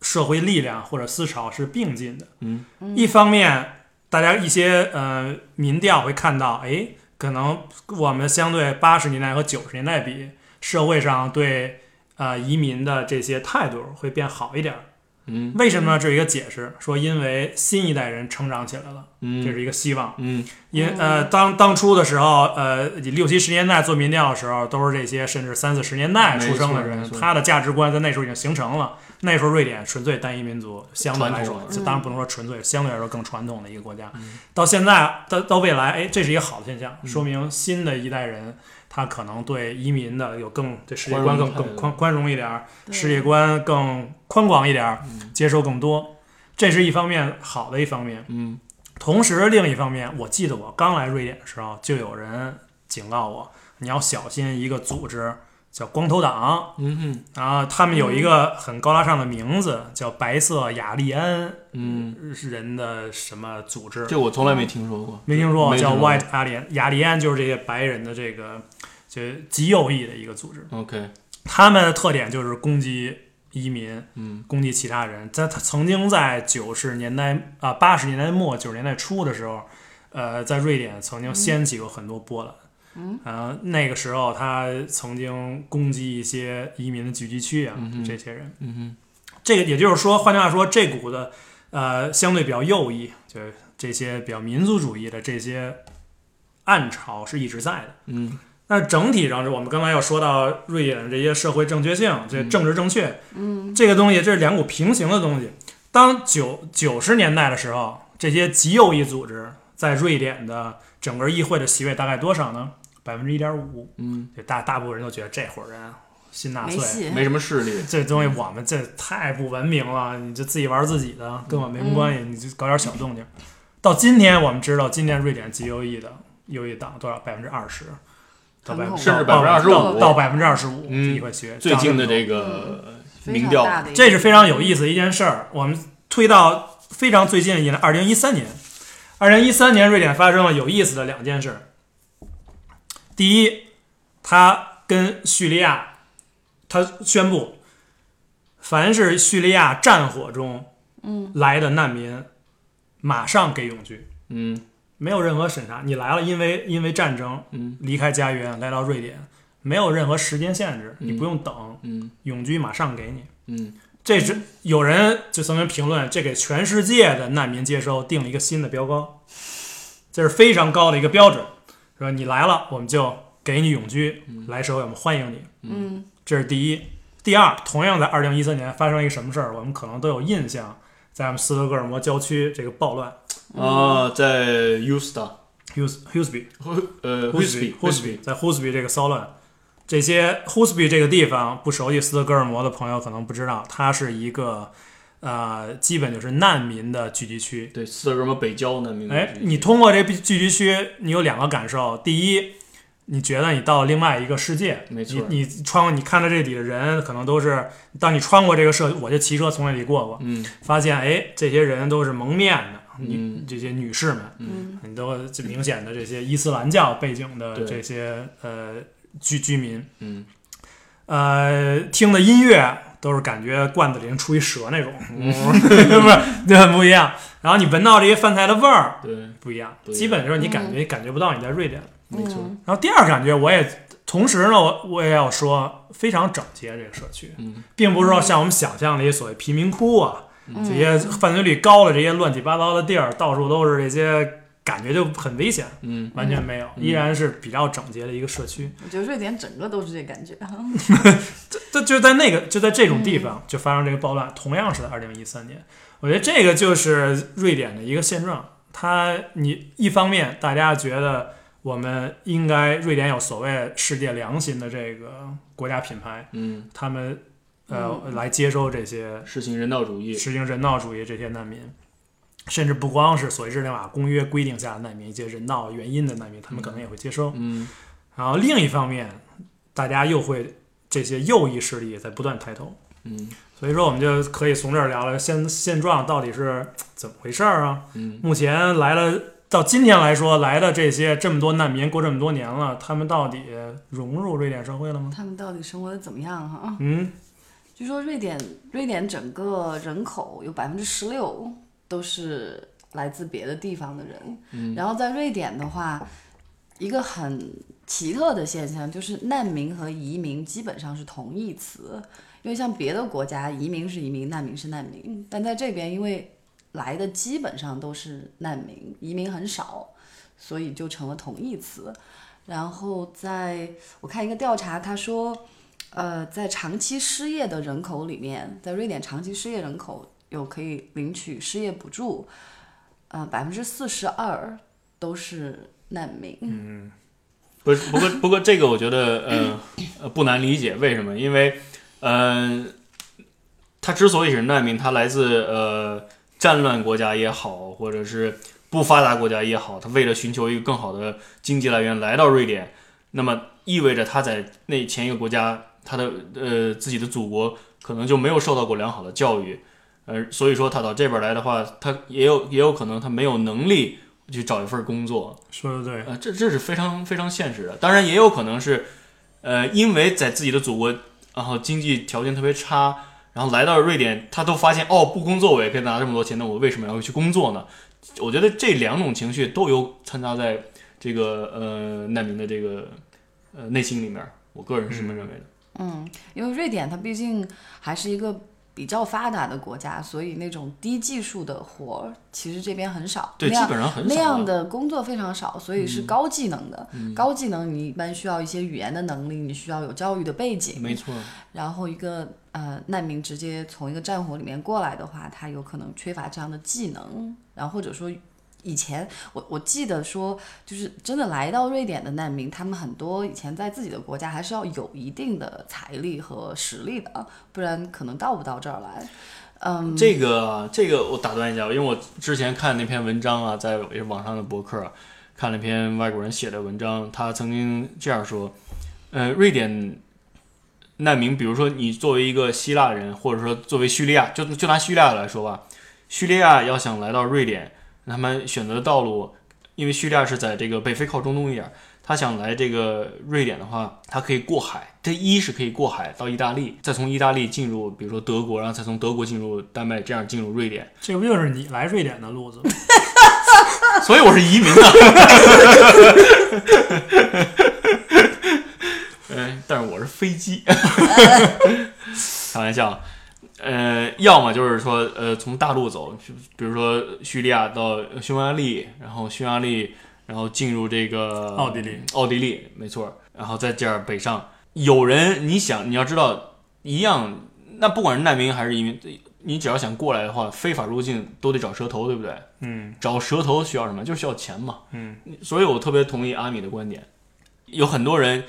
[SPEAKER 2] 社会力量或者思潮是并进的。
[SPEAKER 1] 嗯，
[SPEAKER 2] 一方面大家一些呃民调会看到，哎，可能我们相对八十年代和九十年代比，社会上对呃移民的这些态度会变好一点儿。
[SPEAKER 1] 嗯
[SPEAKER 2] 为什么呢？这有一个解释，说因为新一代人成长起来了，这
[SPEAKER 1] 嗯
[SPEAKER 2] 是一个希望。
[SPEAKER 1] 嗯，
[SPEAKER 2] 因呃，当当初的时候，呃，六七十年代做民调的时候，都是这些甚至三四十年代出生的
[SPEAKER 1] 没
[SPEAKER 2] 人
[SPEAKER 1] 错没，错
[SPEAKER 2] 他的价值观在那时候已经形成了。那时候瑞典纯粹单一民族，相对来说
[SPEAKER 1] 传，
[SPEAKER 2] 就
[SPEAKER 3] 嗯
[SPEAKER 2] 当然不能说纯粹，相对来说更传统的一个国家。
[SPEAKER 1] 嗯
[SPEAKER 2] 到现在，到到未来，哎，这是一个好的现象，
[SPEAKER 1] 嗯
[SPEAKER 2] 说明新的一代人他可能对移民的有更对世界
[SPEAKER 1] 宽
[SPEAKER 2] 观
[SPEAKER 1] 容
[SPEAKER 2] 更
[SPEAKER 1] 态度
[SPEAKER 2] 更宽宽容一点儿，
[SPEAKER 3] 对
[SPEAKER 2] 世界观更宽广一点儿，
[SPEAKER 1] 嗯
[SPEAKER 2] 接受更多，这是一方面好的一方面。
[SPEAKER 1] 嗯
[SPEAKER 2] 同时，另一方面，我记得我刚来瑞典的时候，就有人警告我，你要小心一个组织叫光头党，
[SPEAKER 1] 嗯
[SPEAKER 2] 然后他们有一个很高大上的名字叫白色雅利安
[SPEAKER 1] 嗯，
[SPEAKER 2] 人的什么组织，
[SPEAKER 1] 这我从来没听说过，
[SPEAKER 2] 没听说过
[SPEAKER 1] 没
[SPEAKER 2] 叫
[SPEAKER 1] 听说过
[SPEAKER 2] White Alien，雅利安就是这些白人的这个就极右翼的一个组织，
[SPEAKER 1] OK，
[SPEAKER 2] 他们的特点就是攻击移民
[SPEAKER 1] 嗯
[SPEAKER 2] 攻击其他人。在他曾经在九十年代啊八十年代末九十年代初的时候，呃，在瑞典曾经掀起过很多波澜。嗯，呃，那个时候他曾经攻击一些移民的聚集区啊，这些人。
[SPEAKER 1] 嗯
[SPEAKER 2] 这个也就是说，换句话说，这股的呃相对比较右翼，就是这些比较民族主义的这些暗潮是一直在的。
[SPEAKER 1] 哼嗯
[SPEAKER 2] 那整体上，我们刚才要说到瑞典的这些社会正确性、这政治正确，嗯，这个东西，这是两股平行的东西。当九九十年代的时候，这些极右翼组织在瑞典的整个议会的席位大概多少呢？百分之一点五。
[SPEAKER 1] 嗯，
[SPEAKER 2] 就大大部分人都觉得这伙人新纳
[SPEAKER 3] 没
[SPEAKER 2] 粹，
[SPEAKER 3] 戏，
[SPEAKER 1] 没什么势力，
[SPEAKER 2] 这东西我们这太不文明了，你就自己玩自己的，跟我没什么关系，你就搞点小动静。到今天我们知道，今天瑞典极右翼的右翼党多少？百分之二十，到百
[SPEAKER 3] 很恐怖
[SPEAKER 1] 甚至
[SPEAKER 2] 到
[SPEAKER 1] 25%
[SPEAKER 2] 到百分之二十五，
[SPEAKER 1] 嗯
[SPEAKER 2] 议会学
[SPEAKER 1] 最近的
[SPEAKER 2] 这
[SPEAKER 1] 这个
[SPEAKER 3] 嗯非
[SPEAKER 1] 民
[SPEAKER 3] 常
[SPEAKER 1] 调，
[SPEAKER 3] 大的一个嗯
[SPEAKER 2] 这是非常有意思的一件事儿。我们推到非常最近一年，二零一三年，二零一三年瑞典发生了有意思的两件事儿。第一，他跟叙利亚，他宣布，凡是叙利亚战火中
[SPEAKER 3] 嗯
[SPEAKER 2] 来的难民，马上给永居，
[SPEAKER 1] 嗯
[SPEAKER 2] 没有任何审查。你来了，因为因为战争
[SPEAKER 1] 嗯
[SPEAKER 2] 离开家园来到瑞典，没有任何时间限制，你
[SPEAKER 1] 嗯
[SPEAKER 2] 不用等，
[SPEAKER 1] 嗯
[SPEAKER 2] 永居马上给你。
[SPEAKER 1] 嗯
[SPEAKER 2] 这只有人就曾经评论，这给全世界的难民接收定了一个新的标高，这是非常高的一个标准，说你来了，我们就给你永居，来社会我们欢迎你，
[SPEAKER 3] 嗯
[SPEAKER 2] 这是第一。第二，同样在二零一三年发生一个什么事儿，我们可能都有印象，在我们斯德哥尔摩郊区这个暴乱
[SPEAKER 3] 嗯
[SPEAKER 1] 啊，在 Usta
[SPEAKER 2] ，Hus Husby
[SPEAKER 1] 呃
[SPEAKER 2] Husby
[SPEAKER 1] Husby
[SPEAKER 2] 在 Husby 这个骚乱，这些 Husby 这个地方不熟悉斯德哥尔摩的朋友可能不知道，它是一个呃，基本就是难民的聚集区。
[SPEAKER 1] 对斯德哥尔摩北郊难民
[SPEAKER 2] 哎，你通过这聚集区，你有两个感受：第一，你觉得你到了另外一个世界，
[SPEAKER 1] 没错
[SPEAKER 2] 你你穿过你看到这里的人，可能都是当你穿过这个社，我就骑车从那里过过，
[SPEAKER 1] 嗯
[SPEAKER 2] 发现哎，这些人都是蒙面的，女、
[SPEAKER 1] 嗯
[SPEAKER 2] 这些女士们，
[SPEAKER 3] 嗯
[SPEAKER 2] 很多这明显的这些伊斯兰教背景的
[SPEAKER 1] 对
[SPEAKER 2] 这些呃居居民，
[SPEAKER 1] 嗯
[SPEAKER 2] 呃，听的音乐都是感觉罐子里能出一蛇那种，
[SPEAKER 1] 嗯
[SPEAKER 2] 不是，就很不一样。然后你闻到这些饭菜的味儿。
[SPEAKER 1] 对
[SPEAKER 2] 不一样，
[SPEAKER 1] 不一样
[SPEAKER 2] 基本就是你感觉、感觉不到你在瑞典。
[SPEAKER 1] 没错
[SPEAKER 3] 嗯
[SPEAKER 2] 然后第二感觉，我也同时呢，我我也要说非常整洁这个社区，
[SPEAKER 1] 嗯
[SPEAKER 2] 并不是说像我们想象的一些所谓贫民窟啊，
[SPEAKER 3] 嗯
[SPEAKER 2] 这些犯罪率高的这些乱七八糟的地儿，到处都是这些感觉就很危险，
[SPEAKER 1] 嗯
[SPEAKER 2] 完全没有，
[SPEAKER 1] 嗯
[SPEAKER 2] 依然是比较整洁的一个社区。
[SPEAKER 3] 我觉得瑞典整个都是这感觉，
[SPEAKER 2] 这就在那个就在这种地方就发生这个暴乱，同样是在二零一三年，我觉得这个就是瑞典的一个现状。它你一方面大家觉得我们应该瑞典有所谓世界良心的这个国家品牌，
[SPEAKER 1] 嗯，
[SPEAKER 2] 他们呃、
[SPEAKER 3] 嗯
[SPEAKER 2] 来接收这些
[SPEAKER 1] 实行人道主义，
[SPEAKER 2] 实行人道主义这些难民，甚至不光是所谓日内瓦公约规定下的难民，一些人道原因的难民，他们可能也会接收。
[SPEAKER 1] 嗯
[SPEAKER 2] 然后另一方面，大家又会这些右翼势力也在不断抬头。
[SPEAKER 1] 嗯
[SPEAKER 2] 所以说，我们就可以从这儿聊聊现现状到底是怎么回事儿啊？
[SPEAKER 1] 嗯
[SPEAKER 2] 目前来了，到今天来说，来的这些这么多难民，过这么多年了，他们到底融入瑞典社会了吗？
[SPEAKER 3] 他们到底生活的怎么样哈、
[SPEAKER 2] 嗯，
[SPEAKER 3] 据说瑞典瑞典整个人口有百分之十六都是来自别的地方的人，
[SPEAKER 1] 嗯
[SPEAKER 3] 然后在瑞典的话，一个很奇特的现象就是难民和移民基本上是同义词，因为像别的国家移民是移民，难民是难民，但在这边因为来的基本上都是难民，移民很少，所以就成了同义词。然后在我看一个调查，他说。呃，在长期失业的人口里面，在瑞典长期失业人口有可以领取失业补助，呃，百分之四十二都是难民。
[SPEAKER 1] 不是，不过不过这个我觉得呃呃不难理解，为什么？因为嗯、呃，他之所以是难民，他来自呃战乱国家也好，或者是不发达国家也好，他为了寻求一个更好的经济来源来到瑞典，那么意味着他在那前一个国家，他的呃自己的祖国可能就没有受到过良好的教育。呃，所以说他到这边来的话，他也有也有可能他没有能力去找一份工作，
[SPEAKER 2] 说的对，
[SPEAKER 1] 呃，这这是非常非常现实的。当然，也有可能是，呃，因为在自己的祖国，然后经济条件特别差，然后来到瑞典，他都发现哦，不工作我也可以拿这么多钱，那我为什么要去工作呢？我觉得这两种情绪都有掺杂在这个呃难民的这个呃内心里面，我个人是这么认为的。
[SPEAKER 3] 嗯，因为瑞典它毕竟还是一个比较发达的国家，所以那种低技术的活儿其实这边很少，
[SPEAKER 1] 对，
[SPEAKER 3] 那
[SPEAKER 1] 基
[SPEAKER 3] 样
[SPEAKER 1] 本上很少
[SPEAKER 3] 那
[SPEAKER 1] 嗯啊、
[SPEAKER 3] 样的工作非常少，所以是高技能的。高技能你一般需要一些语言的能力，你需要有教育的背景，
[SPEAKER 1] 没错，
[SPEAKER 3] 然后一个呃难民直接从一个战火里面过来的话，他有可能缺乏这样的技能，然后或者说以前我我记得说，就是真的来到瑞典的难民，他们很多以前在自己的国家还是要有一定的财力和实力的，不然可能到不到这儿来。嗯，
[SPEAKER 1] 这个这个我打断一下，因为我之前看那篇文章啊，在也是网上的博客啊、看了一篇外国人写的文章，他曾经这样说，呃，瑞典难民，比如说你作为一个希腊人，或者说作为叙利亚，就就拿叙利亚来说吧，叙利亚要想来到瑞典，他们选择的道路，因为叙利亚是在这个北非靠中东一点儿，他想来这个瑞典的话，他可以过海，这一是可以过海到意大利，再从意大利进入，比如说德国，然后再从德国进入丹麦，这样进入瑞典。
[SPEAKER 2] 这不就是你来瑞典的路子吗？
[SPEAKER 1] 所以我是移 民啊。嗯，但是我是飞机，开玩笑。呃，要么就是说，呃，从大陆走，就比如说叙利亚到匈牙利，然后匈牙利，然后进入这个
[SPEAKER 2] 奥地利，
[SPEAKER 1] 奥地利，没错。然后再这样北上，有人你想，你要知道，一样，那不管是难民还是移民，你只要想过来的话，非法入境都得找蛇头，对不对？
[SPEAKER 2] 嗯
[SPEAKER 1] 找蛇头需要什么？就是需要钱嘛。
[SPEAKER 2] 嗯，
[SPEAKER 1] 所以我特别同意阿米的观点，有很多人，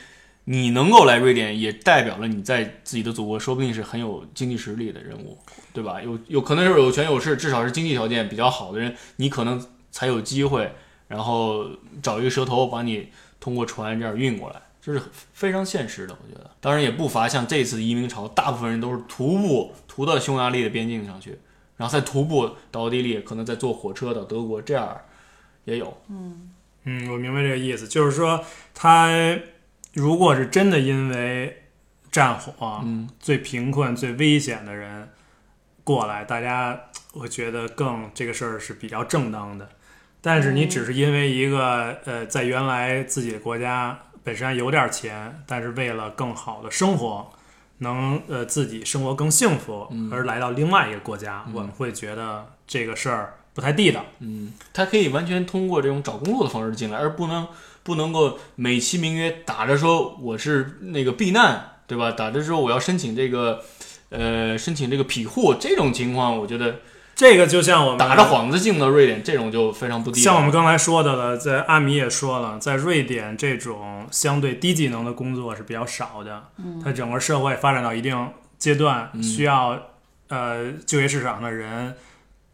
[SPEAKER 1] 你能够来瑞典，也代表了你在自己的祖国，说不定是很有经济实力的人物，对吧？有有可能是有权有势，至少是经济条件比较好的人，你可能才有机会，然后找一个蛇头把你通过船这样运过来。这是非常现实的，我觉得。当然也不乏像这次移民潮，大部分人都是徒步徒到匈牙利的边境上去，然后再徒步到奥地利，可能再坐火车到德国，这样也有。
[SPEAKER 2] 嗯，我明白这个意思，就是说他如果是真的因为战火、
[SPEAKER 1] 嗯，
[SPEAKER 2] 最贫困、最危险的人过来，大家我觉得更这个事儿是比较正当的。但是你只是因为一个、呃，在原来自己的国家本身有点钱，但是为了更好的生活，能呃自己生活更幸福，
[SPEAKER 1] 嗯
[SPEAKER 2] 而来到另外一个国家，我们会觉得这个事儿不太地道。
[SPEAKER 1] 嗯，他可以完全通过这种找工作的方式进来，而不能不能够美其名曰打着说我是那个避难，对吧？打着说我要申请这个，呃，申请这个庇护这种情况，我觉得
[SPEAKER 2] 这个就像我们
[SPEAKER 1] 打着幌子进到瑞典，这种就非常不地
[SPEAKER 2] 像我
[SPEAKER 1] 道。
[SPEAKER 2] 们刚才说的了，在阿米也说了，在瑞典这种相对低技能的工作是比较少的。嗯，它整个社会发展到一定阶段，
[SPEAKER 1] 嗯
[SPEAKER 2] 需要呃就业市场的人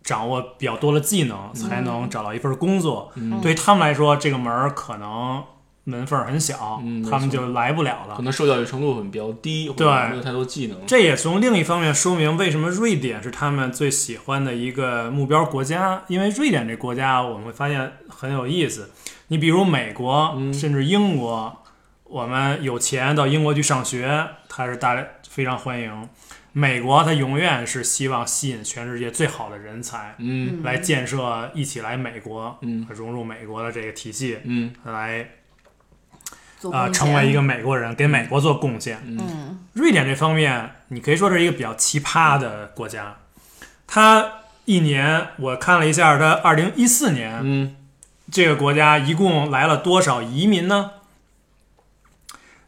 [SPEAKER 2] 掌握比较多的技能，才能找到一份工作。
[SPEAKER 1] 嗯
[SPEAKER 2] 对于他们来说，这个门儿可能门缝儿很小，
[SPEAKER 1] 嗯没
[SPEAKER 2] 他们
[SPEAKER 1] 错
[SPEAKER 2] 就来不了了
[SPEAKER 1] 啊可。能受教育程度很比较低，或者
[SPEAKER 2] 对
[SPEAKER 1] 没有太多技能。
[SPEAKER 2] 这也从另一方面说明为什么瑞典是他们最喜欢的一个目标国家，因为瑞典这国家我们会发现很有意思。你比如美国，
[SPEAKER 1] 嗯
[SPEAKER 2] 甚至英国，我们有钱到英国去上学，它是大非常欢迎。美国它永远是希望吸引全世界最好的人才
[SPEAKER 1] 嗯
[SPEAKER 2] 来建设，一起来美国，
[SPEAKER 1] 嗯
[SPEAKER 2] 融入美国的这个体系，
[SPEAKER 1] 嗯
[SPEAKER 2] 来
[SPEAKER 3] 做
[SPEAKER 2] 啊、
[SPEAKER 3] 空
[SPEAKER 2] 成为
[SPEAKER 3] 间
[SPEAKER 2] 一个美国人，给美国做贡献。
[SPEAKER 3] 嗯
[SPEAKER 2] 瑞典这方面，你可以说是一个比较奇葩的国家。它一年，我看了一下，它二零一四年
[SPEAKER 1] 嗯
[SPEAKER 2] 这个国家一共来了多少移民呢？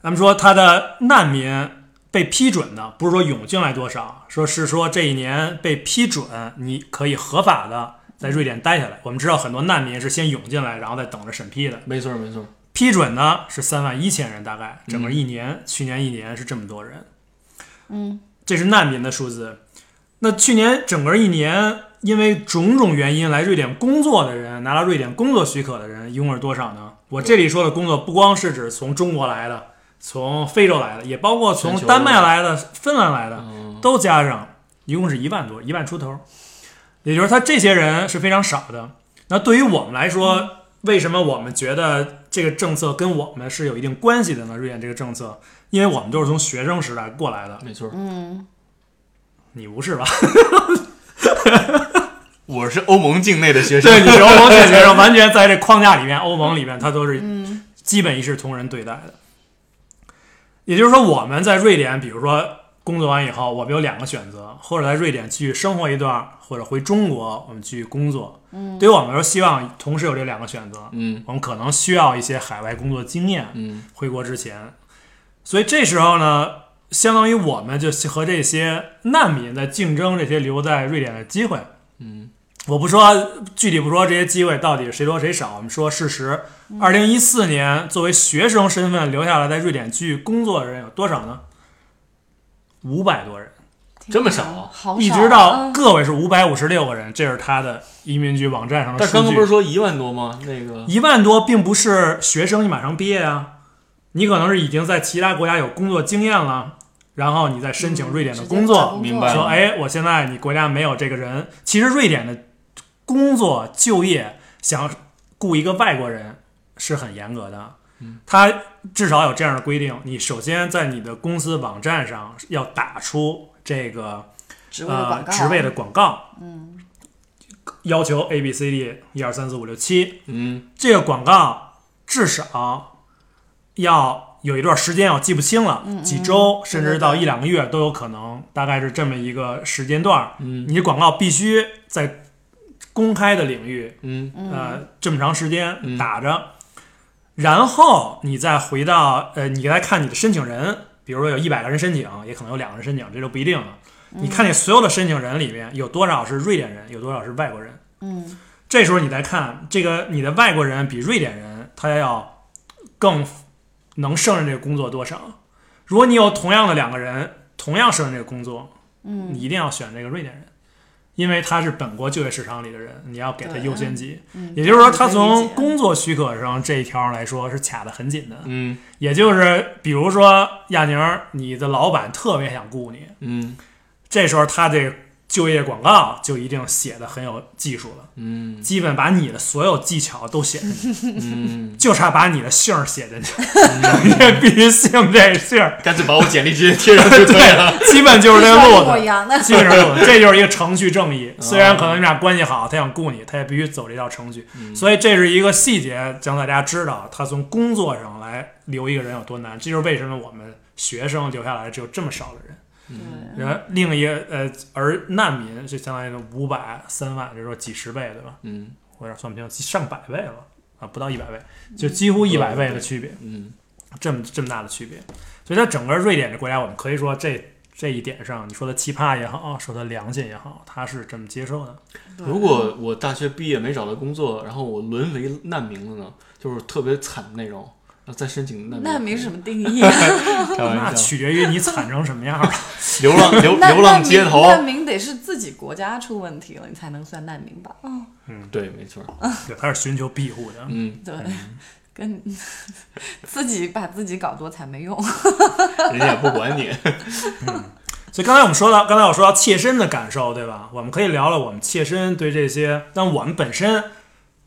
[SPEAKER 2] 咱们说它的难民被批准的，不是说涌进来多少，说是说这一年被批准，你可以合法的在瑞典待下来。我们知道很多难民是先涌进来，然后再等着审批的。
[SPEAKER 1] 没错没错。
[SPEAKER 2] 批准呢是三万一千人，大
[SPEAKER 1] 嗯
[SPEAKER 2] 概整个一年，去年一年是这么多人，
[SPEAKER 3] 嗯，
[SPEAKER 2] 这是难民的数字。那去年整个一年，因为种种原因来瑞典工作的人，拿到瑞典工作许可的人，一共是多少呢？我这里说的工作，不光是指从中国来的，从非洲来的，也包括从
[SPEAKER 1] 全球的
[SPEAKER 2] 丹麦来的、芬兰来的，
[SPEAKER 1] 嗯
[SPEAKER 2] 都加上，一共是一万多，一万出头。也就是他这些人是非常少的。那对于我们来说，为什么我们觉得这个政策跟我们是有一定关
[SPEAKER 1] 嗯
[SPEAKER 2] 系的呢？瑞典这个政策，因为我们都是从学生时代过来的，
[SPEAKER 1] 没错，
[SPEAKER 3] 嗯
[SPEAKER 2] 你不是吧？
[SPEAKER 1] 我是欧盟境内的学生，
[SPEAKER 2] 对，你是 欧盟解决生，嗯完全在这框架里面，欧盟里面它都是基本一视同仁对待的。也就是说，我们在瑞典，比如说工作完以后，我们有两个选择，或者在瑞典去生活一段儿，或者回中国我们去工作。嗯，对于我们来说，希望同时有这两个选择。
[SPEAKER 1] 嗯
[SPEAKER 2] 我们可能需要一些海外工作经验，
[SPEAKER 1] 嗯
[SPEAKER 2] 回国之前，所以这时候呢，相当于我们就和这些难民在竞争这些留在瑞典的机会。
[SPEAKER 1] 嗯
[SPEAKER 2] 我不说具体不说这些机会到底谁多谁少，我们说事实。
[SPEAKER 3] 嗯
[SPEAKER 2] 二零一四年作为学生身份留下来在瑞典去工作的人有多少呢？五百多人，
[SPEAKER 1] 这么
[SPEAKER 3] 天
[SPEAKER 1] 少
[SPEAKER 3] 哪
[SPEAKER 1] 啊
[SPEAKER 3] 好
[SPEAKER 2] 一
[SPEAKER 3] 少
[SPEAKER 2] 直到
[SPEAKER 3] 嗯
[SPEAKER 2] 个位是五百五十六个人，这是他的移民局网站上的
[SPEAKER 1] 但
[SPEAKER 2] 数据。
[SPEAKER 1] 刚刚不是说一万多吗？那个
[SPEAKER 2] 一万多并不是学生，你马上毕业啊，你可能是已经在其他国家有工作经验了，然后你再 申请瑞典的
[SPEAKER 3] 嗯直接
[SPEAKER 2] 工
[SPEAKER 3] 找
[SPEAKER 2] 作，
[SPEAKER 3] 工
[SPEAKER 1] 明白
[SPEAKER 2] 说
[SPEAKER 1] 了
[SPEAKER 2] 哎，我现在你国家没有这个人。其实瑞典的工作就业想雇一个外国人是很严格的
[SPEAKER 1] 嗯，
[SPEAKER 2] 他至少有这样的规定：你首先在你的公司网站上要打出这个
[SPEAKER 3] 职位的
[SPEAKER 2] 呃
[SPEAKER 3] 广告，
[SPEAKER 2] 职位的广告，
[SPEAKER 3] 嗯，
[SPEAKER 2] 要求 A B C D 一二三四五六七。
[SPEAKER 1] 嗯
[SPEAKER 2] 这个广告至少要有一段时间，我记不清了，
[SPEAKER 3] 嗯嗯
[SPEAKER 2] 几周
[SPEAKER 3] 对
[SPEAKER 2] 甚至到一两个月都有可能，大概是这么一个时间段儿。
[SPEAKER 1] 嗯
[SPEAKER 2] 你的广告必须在公开的领域，
[SPEAKER 1] 嗯
[SPEAKER 2] 呃，这么长时间
[SPEAKER 1] 嗯
[SPEAKER 2] 打着，然后你再回到呃，你来看你的申请人，比如说有一百个人申请，也可能有两个人申请，这就不一定了。
[SPEAKER 3] 嗯
[SPEAKER 2] 你看你所有的申请人里面有多少是瑞典人，有多少是外国人？
[SPEAKER 3] 嗯
[SPEAKER 2] 这时候你再看这个，你的外国人比瑞典人他要更能胜任这个工作多少？如果你有同样的两个人同样胜任这个工作，
[SPEAKER 3] 嗯
[SPEAKER 2] 你一定要选这个瑞典人，因为他是本国就业市场里的人，你要给他
[SPEAKER 3] 对
[SPEAKER 2] 优先级。
[SPEAKER 3] 嗯，
[SPEAKER 2] 也就是说，他
[SPEAKER 3] 可以理
[SPEAKER 2] 从
[SPEAKER 3] 解
[SPEAKER 2] 工作许可上这一条上来说是卡得很紧的。
[SPEAKER 1] 嗯
[SPEAKER 2] 也就是比如说亚宁儿，你的老板特别想雇你，
[SPEAKER 1] 嗯
[SPEAKER 2] 这时候他这就业广告就一定写的很有技术了。
[SPEAKER 1] 嗯
[SPEAKER 2] 基本把你的所有技巧都写进去，
[SPEAKER 1] 嗯，
[SPEAKER 2] 就差把你的姓儿写进去， 你也必须姓这 姓儿。
[SPEAKER 1] 干脆把我简历直接贴上就可 以了。
[SPEAKER 2] 对，基本就是这
[SPEAKER 3] 像
[SPEAKER 2] 路
[SPEAKER 3] 我
[SPEAKER 2] 子
[SPEAKER 3] 一，样的，
[SPEAKER 2] 基本上路子，这就是一个程序正义。虽然可能你俩关系好，他想雇你，他也必须走这条程序。所以这是一个细节，让大家知道他从工作上来留一个人有多难。这就是为什么我们学生留下来只有这么少的人。
[SPEAKER 3] 对
[SPEAKER 2] 然后另一个呃，而难民就相当于五百、三万，就是说几十倍，对吧？
[SPEAKER 1] 嗯
[SPEAKER 2] 我有点算不清，上百倍了啊，不到一百倍，就几乎一百倍的区别，
[SPEAKER 1] 嗯
[SPEAKER 2] 这么这么大的区别。所以在整个瑞典这国家，我们可以说这这一点上，你说它奇葩也好，说它良心也好，它是这么接受的。
[SPEAKER 3] 对
[SPEAKER 1] 如果我大学毕业没找到工作，然后我沦为难民了呢？就是特别惨的那种，然后再申请难民。
[SPEAKER 3] 难民是什么定义？啊
[SPEAKER 1] 开
[SPEAKER 2] 那
[SPEAKER 1] 玩笑，
[SPEAKER 2] 取决于你惨成什么样了。
[SPEAKER 1] 流浪流
[SPEAKER 3] 难
[SPEAKER 1] 流浪街头。
[SPEAKER 3] 难民难民得是自己国家出问题了，你才能算难民吧？
[SPEAKER 1] 对，没错。
[SPEAKER 2] 对，它是寻求庇护的。
[SPEAKER 1] 嗯，
[SPEAKER 3] 对， 跟自己把自己搞多惨没用。
[SPEAKER 1] 人家也不管你。
[SPEAKER 2] 所以刚才我们说到，刚才我说到切身的感受，对吧？我们可以聊聊我们切身对这些，但我们本身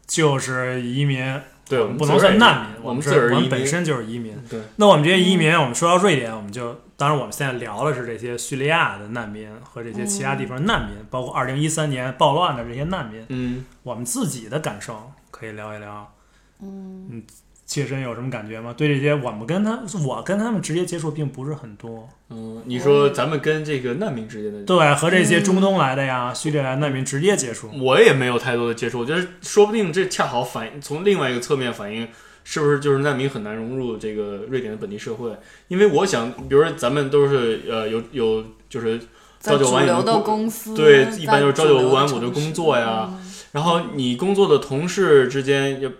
[SPEAKER 2] 就是移民，
[SPEAKER 1] 对，
[SPEAKER 2] 我们不能算难民，
[SPEAKER 1] 我
[SPEAKER 2] 我
[SPEAKER 1] 们
[SPEAKER 2] 们是
[SPEAKER 1] 自个儿
[SPEAKER 2] 我
[SPEAKER 1] 移
[SPEAKER 2] 们
[SPEAKER 1] 民
[SPEAKER 2] 本身就是移民。
[SPEAKER 1] 对，
[SPEAKER 2] 那我们这些移民，我们说到瑞典，我们就当然我们现在聊的是这些叙利亚的难民和这些其他地方难民，包括二零一三年暴乱的这些难民，
[SPEAKER 1] 嗯
[SPEAKER 2] 我们自己的感受可以聊一聊。嗯切身有什么感觉吗？对这些，我们跟他，我跟他们直接接触并不是很多。
[SPEAKER 1] 嗯，你说咱们跟这个难民之间的，
[SPEAKER 2] 对，啊和这些中东来的呀、叙利亚难民直接接触。
[SPEAKER 1] 我也没有太多的接触。我觉得说不定这恰好反映从另外一个侧面反映，是不是就是难民很难融入这个瑞典的本地社会？因为我想，比如说咱们都是呃有有就是
[SPEAKER 3] 在
[SPEAKER 1] 朝九
[SPEAKER 3] 主
[SPEAKER 1] 晚五
[SPEAKER 3] 流
[SPEAKER 1] 的
[SPEAKER 3] 的
[SPEAKER 1] 工
[SPEAKER 3] 公司，
[SPEAKER 1] 对
[SPEAKER 3] 在
[SPEAKER 1] 一般就是朝
[SPEAKER 3] 主
[SPEAKER 1] 九
[SPEAKER 3] 流的
[SPEAKER 1] 晚五的
[SPEAKER 3] 城
[SPEAKER 1] 工
[SPEAKER 3] 市嗯
[SPEAKER 1] 作呀，然后你工作的同事之间也，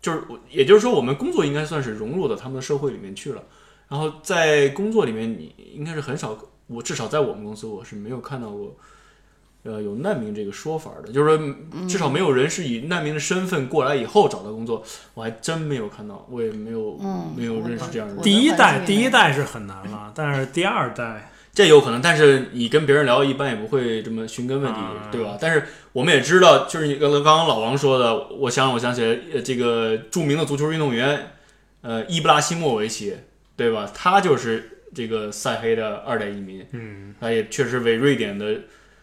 [SPEAKER 1] 就是也就是说，我们工作应该算是融入到他们的社会里面去了。然后在工作里面，你应该是很少，我至少在我们公司我是没有看到过，呃，有难民这个说法的，就是
[SPEAKER 3] 嗯
[SPEAKER 1] 说至少没有人是以难民的身份过来以后找到工作，我还真没有看到，我也没有、
[SPEAKER 3] 嗯
[SPEAKER 1] 没有认识这样的人。
[SPEAKER 3] 我
[SPEAKER 2] 第一代，
[SPEAKER 3] 我的环境也
[SPEAKER 2] 第一代是很难了，但是第二代，
[SPEAKER 1] 这有可能，但是你跟别人聊，一般也不会这么寻根问底，
[SPEAKER 2] 啊
[SPEAKER 1] 对吧？但是我们也知道，就是你刚刚刚老王说的，我想我想起来，呃这个著名的足球运动员，呃，伊布拉希莫维奇，对吧？他就是这个塞黑的二代移民，
[SPEAKER 2] 嗯，
[SPEAKER 1] 他也确实为瑞典的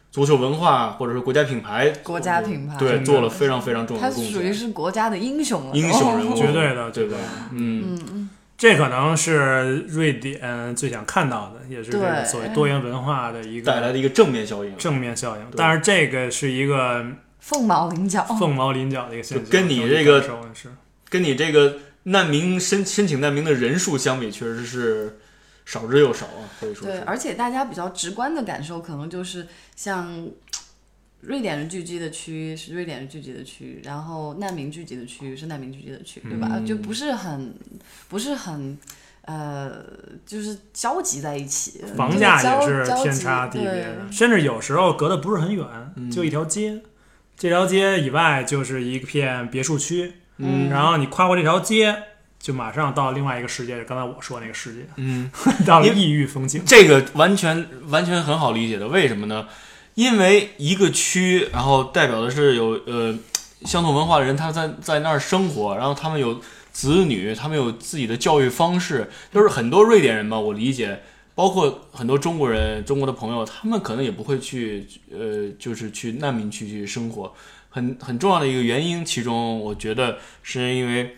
[SPEAKER 1] 足球文化或者是国家品牌，
[SPEAKER 3] 国家品牌
[SPEAKER 1] 对
[SPEAKER 2] 嗯
[SPEAKER 1] 做了非常非常重要
[SPEAKER 3] 他
[SPEAKER 1] 的贡
[SPEAKER 3] 属于
[SPEAKER 1] 献，
[SPEAKER 3] 是国家的英雄了，哦
[SPEAKER 1] 英雄人物，
[SPEAKER 2] 绝对的，
[SPEAKER 1] 对
[SPEAKER 2] 绝
[SPEAKER 1] 吧
[SPEAKER 2] 对的？
[SPEAKER 1] 嗯，
[SPEAKER 2] 这可能是瑞典最想看到的，也是这个
[SPEAKER 3] 对
[SPEAKER 2] 所谓多元文化的一
[SPEAKER 1] 带
[SPEAKER 2] 个
[SPEAKER 1] 来的一个正面效应，
[SPEAKER 2] 正面效应。
[SPEAKER 1] 对
[SPEAKER 2] 但是这个是一个
[SPEAKER 3] 凤毛麟角。
[SPEAKER 2] 凤毛麟角的一个现象，
[SPEAKER 1] 就跟你
[SPEAKER 2] 我
[SPEAKER 1] 这个
[SPEAKER 2] 感受是
[SPEAKER 1] 跟你这个难民申申请难民的人数相比，确实是少之又少啊，可以说
[SPEAKER 3] 对，
[SPEAKER 1] 是。
[SPEAKER 3] 而且大家比较直观的感受，可能就是像瑞典人聚集的区是瑞典人聚集的区，然后难民聚集的区是难民聚集的区，对吧？
[SPEAKER 2] 嗯
[SPEAKER 3] 就不是很不是很呃，就是交集在一起，
[SPEAKER 2] 房价也
[SPEAKER 3] 就是交
[SPEAKER 2] 天差地别
[SPEAKER 3] 嗯交集
[SPEAKER 2] 的，甚至有时候隔得不是很远，
[SPEAKER 1] 嗯
[SPEAKER 2] 就一条街，这条街以外就是一片别墅区，
[SPEAKER 3] 嗯
[SPEAKER 2] 然后你跨过这条街，就马上到另外一个世界，就刚才我说那个世界，
[SPEAKER 1] 嗯，
[SPEAKER 2] 到了
[SPEAKER 1] 因为
[SPEAKER 2] 异域风情。
[SPEAKER 1] 这个完全完全很好理解的，为什么呢？因为一个区，然后代表的是有呃相同文化的人，他在在那儿生活，然后他们有子女，他们有自己的教育方式，就是很多瑞典人嘛，我理解。包括很多中国人、中国的朋友，他们可能也不会去，呃，就是去难民区去生活。很很重要的一个原因，其中我觉得是因为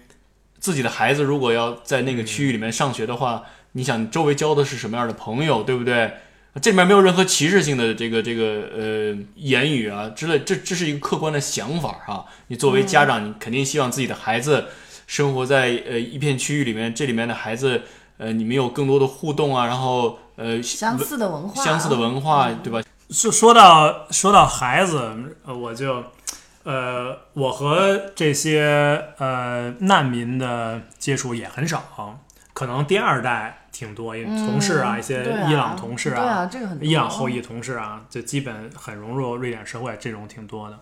[SPEAKER 1] 自己的孩子如果要在那个区域里面上学的话，你想周围交的是什么样的朋友，对不对？这里面没有任何歧视性的这个这个呃言语啊之类，这这是一个客观的想法哈、你作为家长，你肯定希望自己的孩子生活在呃一片区域里面，这里面的孩子呃你们有更多的互动啊，然后呃
[SPEAKER 3] 嗯相似的嗯文化，
[SPEAKER 1] 相似的文化，对吧？
[SPEAKER 2] 说说到说到孩子，呃我就，呃，我和这些呃难民的接触也很少，可能第二代挺多，因为
[SPEAKER 3] 嗯
[SPEAKER 2] 同事啊，一些
[SPEAKER 3] 对啊
[SPEAKER 2] 伊朗同事
[SPEAKER 3] 对啊，这个很
[SPEAKER 2] 伊朗
[SPEAKER 3] 多
[SPEAKER 2] 哎后裔同事啊，就基本很融入瑞典社会，这种挺多的。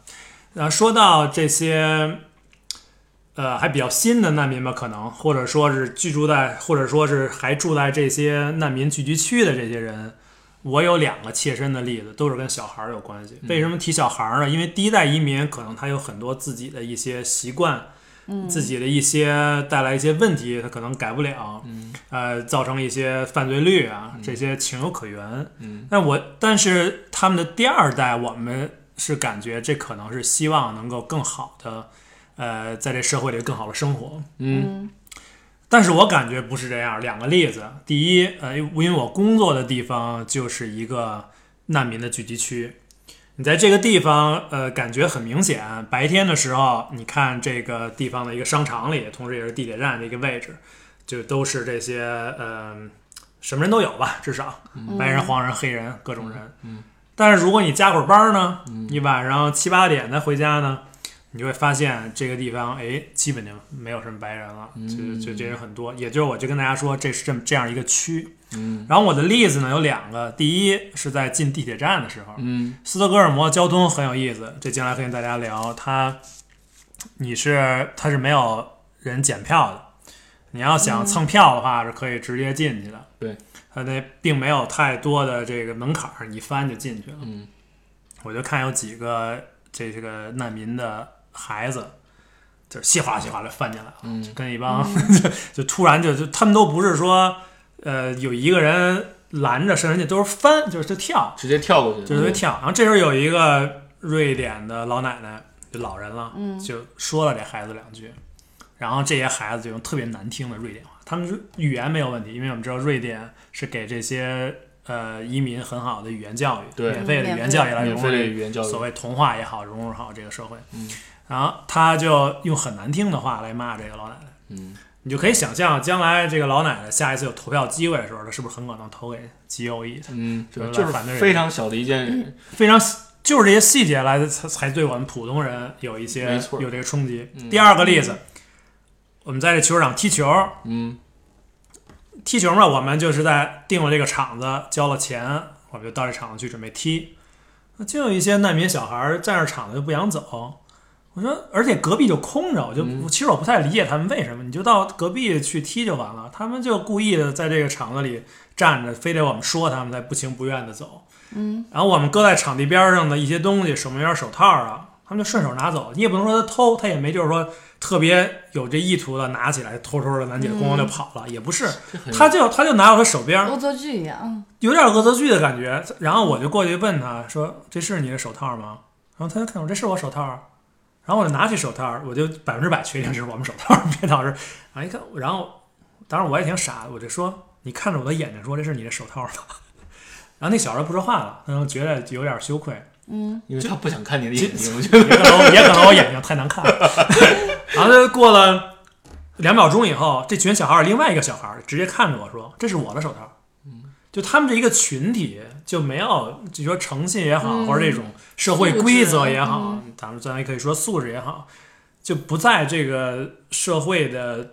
[SPEAKER 2] 然后说到这些，呃，还比较新的难民吧，可能或者说是居住在，或者说是还住在这些难民聚集区的这些人，我有两个切身的例子，都是跟小孩儿有关
[SPEAKER 3] 嗯
[SPEAKER 2] 系。为什么提小孩儿呢？因为第一代移民可能他有很多自己的一些习惯，
[SPEAKER 3] 嗯
[SPEAKER 2] 自己的一些带来一些问题，他可能改不了，
[SPEAKER 3] 嗯
[SPEAKER 2] 呃，造成一些犯罪率啊，这些情有可原。
[SPEAKER 1] 嗯，
[SPEAKER 2] 但我但是他们的第二代，我们是感觉这可能是希望能够更好的，呃，在这社会里更好的生活。
[SPEAKER 1] 嗯
[SPEAKER 2] 但是我感觉不是这样。两个例子，第一，呃，因为我工作的地方就是一个难民的聚集区，你在这个地方，呃，感觉很明显。白天的时候，你看这个地方的一个商场里，同时也是地铁站的一个位置，就都是这些，呃，什么人都有吧，至少嗯白人、黄人、黑人各种人。
[SPEAKER 1] 嗯
[SPEAKER 2] 但是如果你加会儿班儿呢，你晚上七八点再回家呢，你就会发现这个地方，哎，基本就没有什么白人了，
[SPEAKER 1] 嗯
[SPEAKER 2] 就就这人很多。也就是我就跟大家说，这是这么这样一个区。
[SPEAKER 1] 嗯
[SPEAKER 2] 然后我的例子呢有两个，第一是在进地铁站的时候，
[SPEAKER 1] 嗯
[SPEAKER 2] 斯德哥尔摩交通很有意思，这将来可以跟大家聊。它，你是它是没有人检票的，你要想蹭票的话是可以直接进去的。
[SPEAKER 1] 对，
[SPEAKER 2] 它那并没有太多的这个门槛儿，你一翻就进去了。
[SPEAKER 1] 嗯
[SPEAKER 2] 我就看有几个这个难民的孩子，就是稀哗稀哗的翻进来了，
[SPEAKER 1] 嗯
[SPEAKER 2] 就跟一帮、 就突然就就他们都不是说呃有一个人拦着，甚至都是翻，就是就跳。
[SPEAKER 1] 直接跳过去，
[SPEAKER 2] 就是会跳。然后这时候有一个瑞典的老奶奶，就老人了，
[SPEAKER 1] 嗯
[SPEAKER 2] 就说了这孩子两句，然后这些孩子就用特别难听的瑞典话，他们语言没有问题，因为我们知道瑞典是给这些呃移民很好的语言教育，
[SPEAKER 1] 对
[SPEAKER 2] 免费的
[SPEAKER 3] 嗯
[SPEAKER 2] 语言教育来
[SPEAKER 1] 免
[SPEAKER 2] 融
[SPEAKER 1] 费
[SPEAKER 2] 入
[SPEAKER 1] 的语言教育
[SPEAKER 2] 所，谓同化也好，融入好这个社会。
[SPEAKER 1] 嗯
[SPEAKER 2] 然后他就用很难听的话来骂这个老奶奶。
[SPEAKER 1] 嗯
[SPEAKER 2] 你就可以想象，将来这个老奶奶下一次有投票机会的时候，她是不是很可能投给 E 极右翼？
[SPEAKER 1] 嗯，
[SPEAKER 2] 就是
[SPEAKER 1] 就是
[SPEAKER 2] 反对人
[SPEAKER 1] 非常小的一件，
[SPEAKER 2] 非常细就是这些细节来的才才对我们普通人有一些
[SPEAKER 1] 没错
[SPEAKER 2] 有这个冲击。
[SPEAKER 1] 嗯
[SPEAKER 2] 第二个例子，我们在这球场踢球，
[SPEAKER 1] 嗯
[SPEAKER 2] 踢球嘛，我们就是在定了这个场子，交了钱，我们就到这场子去准备踢。那就有一些难民小孩儿在那场子就不想走。我说，而且隔壁就空着，我就、
[SPEAKER 1] 嗯
[SPEAKER 2] 其实我不太理解他们为什么，你就到隔壁去踢就完了，他们就故意的在这个场子里站着，非得我们说他们才不情不愿的走。嗯，然后我们搁在场地边上的一些东西，手门员手套啊，他们就顺手拿走，你也不能说他偷，他也没就是说特别有这意图的拿起来，偷偷的拿起来，咣咣就跑了，也不是，
[SPEAKER 1] 这很
[SPEAKER 2] 他就他就拿到他手边儿，
[SPEAKER 3] 恶作剧一样，
[SPEAKER 2] 有点恶作剧的感觉。然后我就过去问他说：“这是你的手套吗？”然后他就看我这是我手套啊，然后我就拿起手套，我就百分之百确定是我们手套，别导致。然后一看，然后当时我也挺傻的，我就说：“你看着我的眼睛说这是你的手套吗？”然后那小孩不说话了，然后觉得有点羞愧，
[SPEAKER 1] 因为他不想看你的
[SPEAKER 2] 这
[SPEAKER 1] 眼睛，我觉得
[SPEAKER 2] 也可能也可能我眼睛太难看 了。然后就过了两秒钟以后，这群小孩儿另外一个小孩儿直接看着我说：“这是我的手套。”
[SPEAKER 3] 嗯
[SPEAKER 2] 就他们这一个群体就没有，就说诚信也好，
[SPEAKER 3] 嗯
[SPEAKER 2] 或者这种社会规则也好，咱们咱也可以说素质也好，就不在这个社会的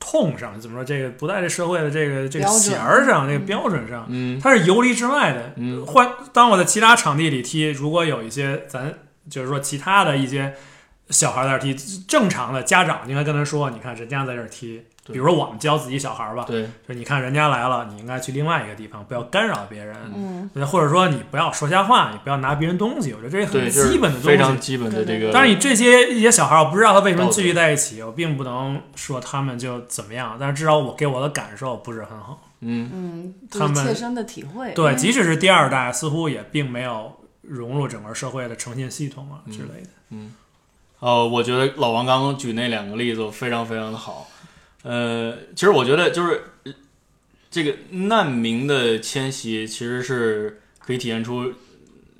[SPEAKER 2] 痛上，怎么说这个不在这社会的这个这个
[SPEAKER 3] 标准
[SPEAKER 2] 弦儿上，这个标准上，
[SPEAKER 1] 嗯
[SPEAKER 2] 它是游离之外的。
[SPEAKER 1] 嗯
[SPEAKER 2] 换当我在其他场地里踢，如果有一些咱就是说其他的一些小孩在那儿踢，正常的家长应该跟他说，你看人家在这儿踢，
[SPEAKER 1] 对
[SPEAKER 2] 比如说我们教自己小孩吧，
[SPEAKER 1] 对，
[SPEAKER 2] 就是你看人家来了，你应该去另外一个地方，不要干扰别人。
[SPEAKER 3] 嗯，
[SPEAKER 2] 或者说你不要说瞎话，你不要拿别人东西，我觉得这是很
[SPEAKER 1] 对，就是
[SPEAKER 2] 基本的
[SPEAKER 1] 非
[SPEAKER 2] 东
[SPEAKER 1] 常
[SPEAKER 2] 西。
[SPEAKER 1] 基本的这个。
[SPEAKER 2] 但是你这些一些小孩，我不知道他为什么
[SPEAKER 1] 道德
[SPEAKER 2] 聚集在一起，我并不能说他们就怎么样，但是至少我给我的感受不是很好。
[SPEAKER 1] 嗯，
[SPEAKER 3] 嗯，
[SPEAKER 2] 他
[SPEAKER 3] 就是
[SPEAKER 2] 们
[SPEAKER 3] 切身的体会，
[SPEAKER 2] 对，
[SPEAKER 3] 嗯
[SPEAKER 2] 即使是第二代，似乎也并没有融入整个社会的诚信系统啊
[SPEAKER 1] 嗯
[SPEAKER 2] 之类的。
[SPEAKER 1] 呃，我觉得老王刚刚举那两个例子非常非常的好。呃，其实我觉得就是呃这个难民的迁徙其实是可以体现出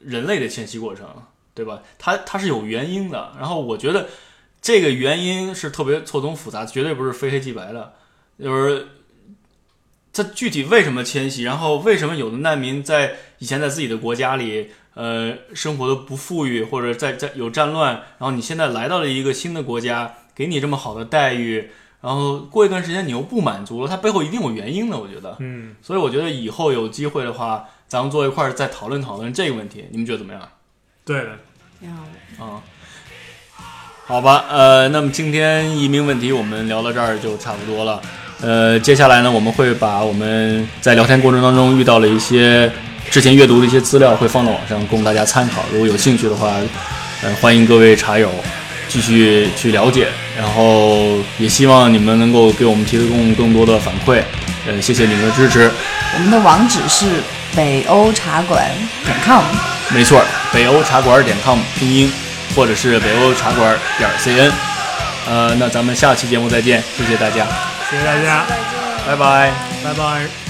[SPEAKER 1] 人类的迁徙过程，对吧？它它是有原因的。然后我觉得这个原因是特别错综复杂，绝对不是非黑即白的。就是它具体为什么迁徙，然后为什么有的难民在以前在自己的国家里，呃，生活的不富裕，或者在在有战乱，然后你现在来到了一个新的国家，给你这么好的待遇，然后过一段时间你又不满足了，它背后一定有原因的，我觉得。
[SPEAKER 2] 嗯，
[SPEAKER 1] 所以我觉得以后有机会的话，咱们坐一块儿再讨论讨论这个问题，你们觉得怎么样？
[SPEAKER 2] 对的，
[SPEAKER 3] 挺好的。
[SPEAKER 1] 啊，好吧，呃，那么今天移民问题我们聊到这儿就差不多了。呃，接下来呢，我们会把我们在聊天过程当中遇到了一些之前阅读的一些资料，会放到网上供大家参考。如果有兴趣的话，呃，欢迎各位茶友继续去了解，然后也希望你们能够给我们提供更多的反馈。呃，谢谢你们的支持。
[SPEAKER 3] 我们的网址是北欧茶馆点 com。
[SPEAKER 1] 没错儿，北欧茶馆点 com 拼音，或者是北欧茶馆点 cn。呃，那咱们下期节目再见，谢谢大家，
[SPEAKER 2] 谢谢大家，
[SPEAKER 1] 拜拜。
[SPEAKER 2] 拜拜。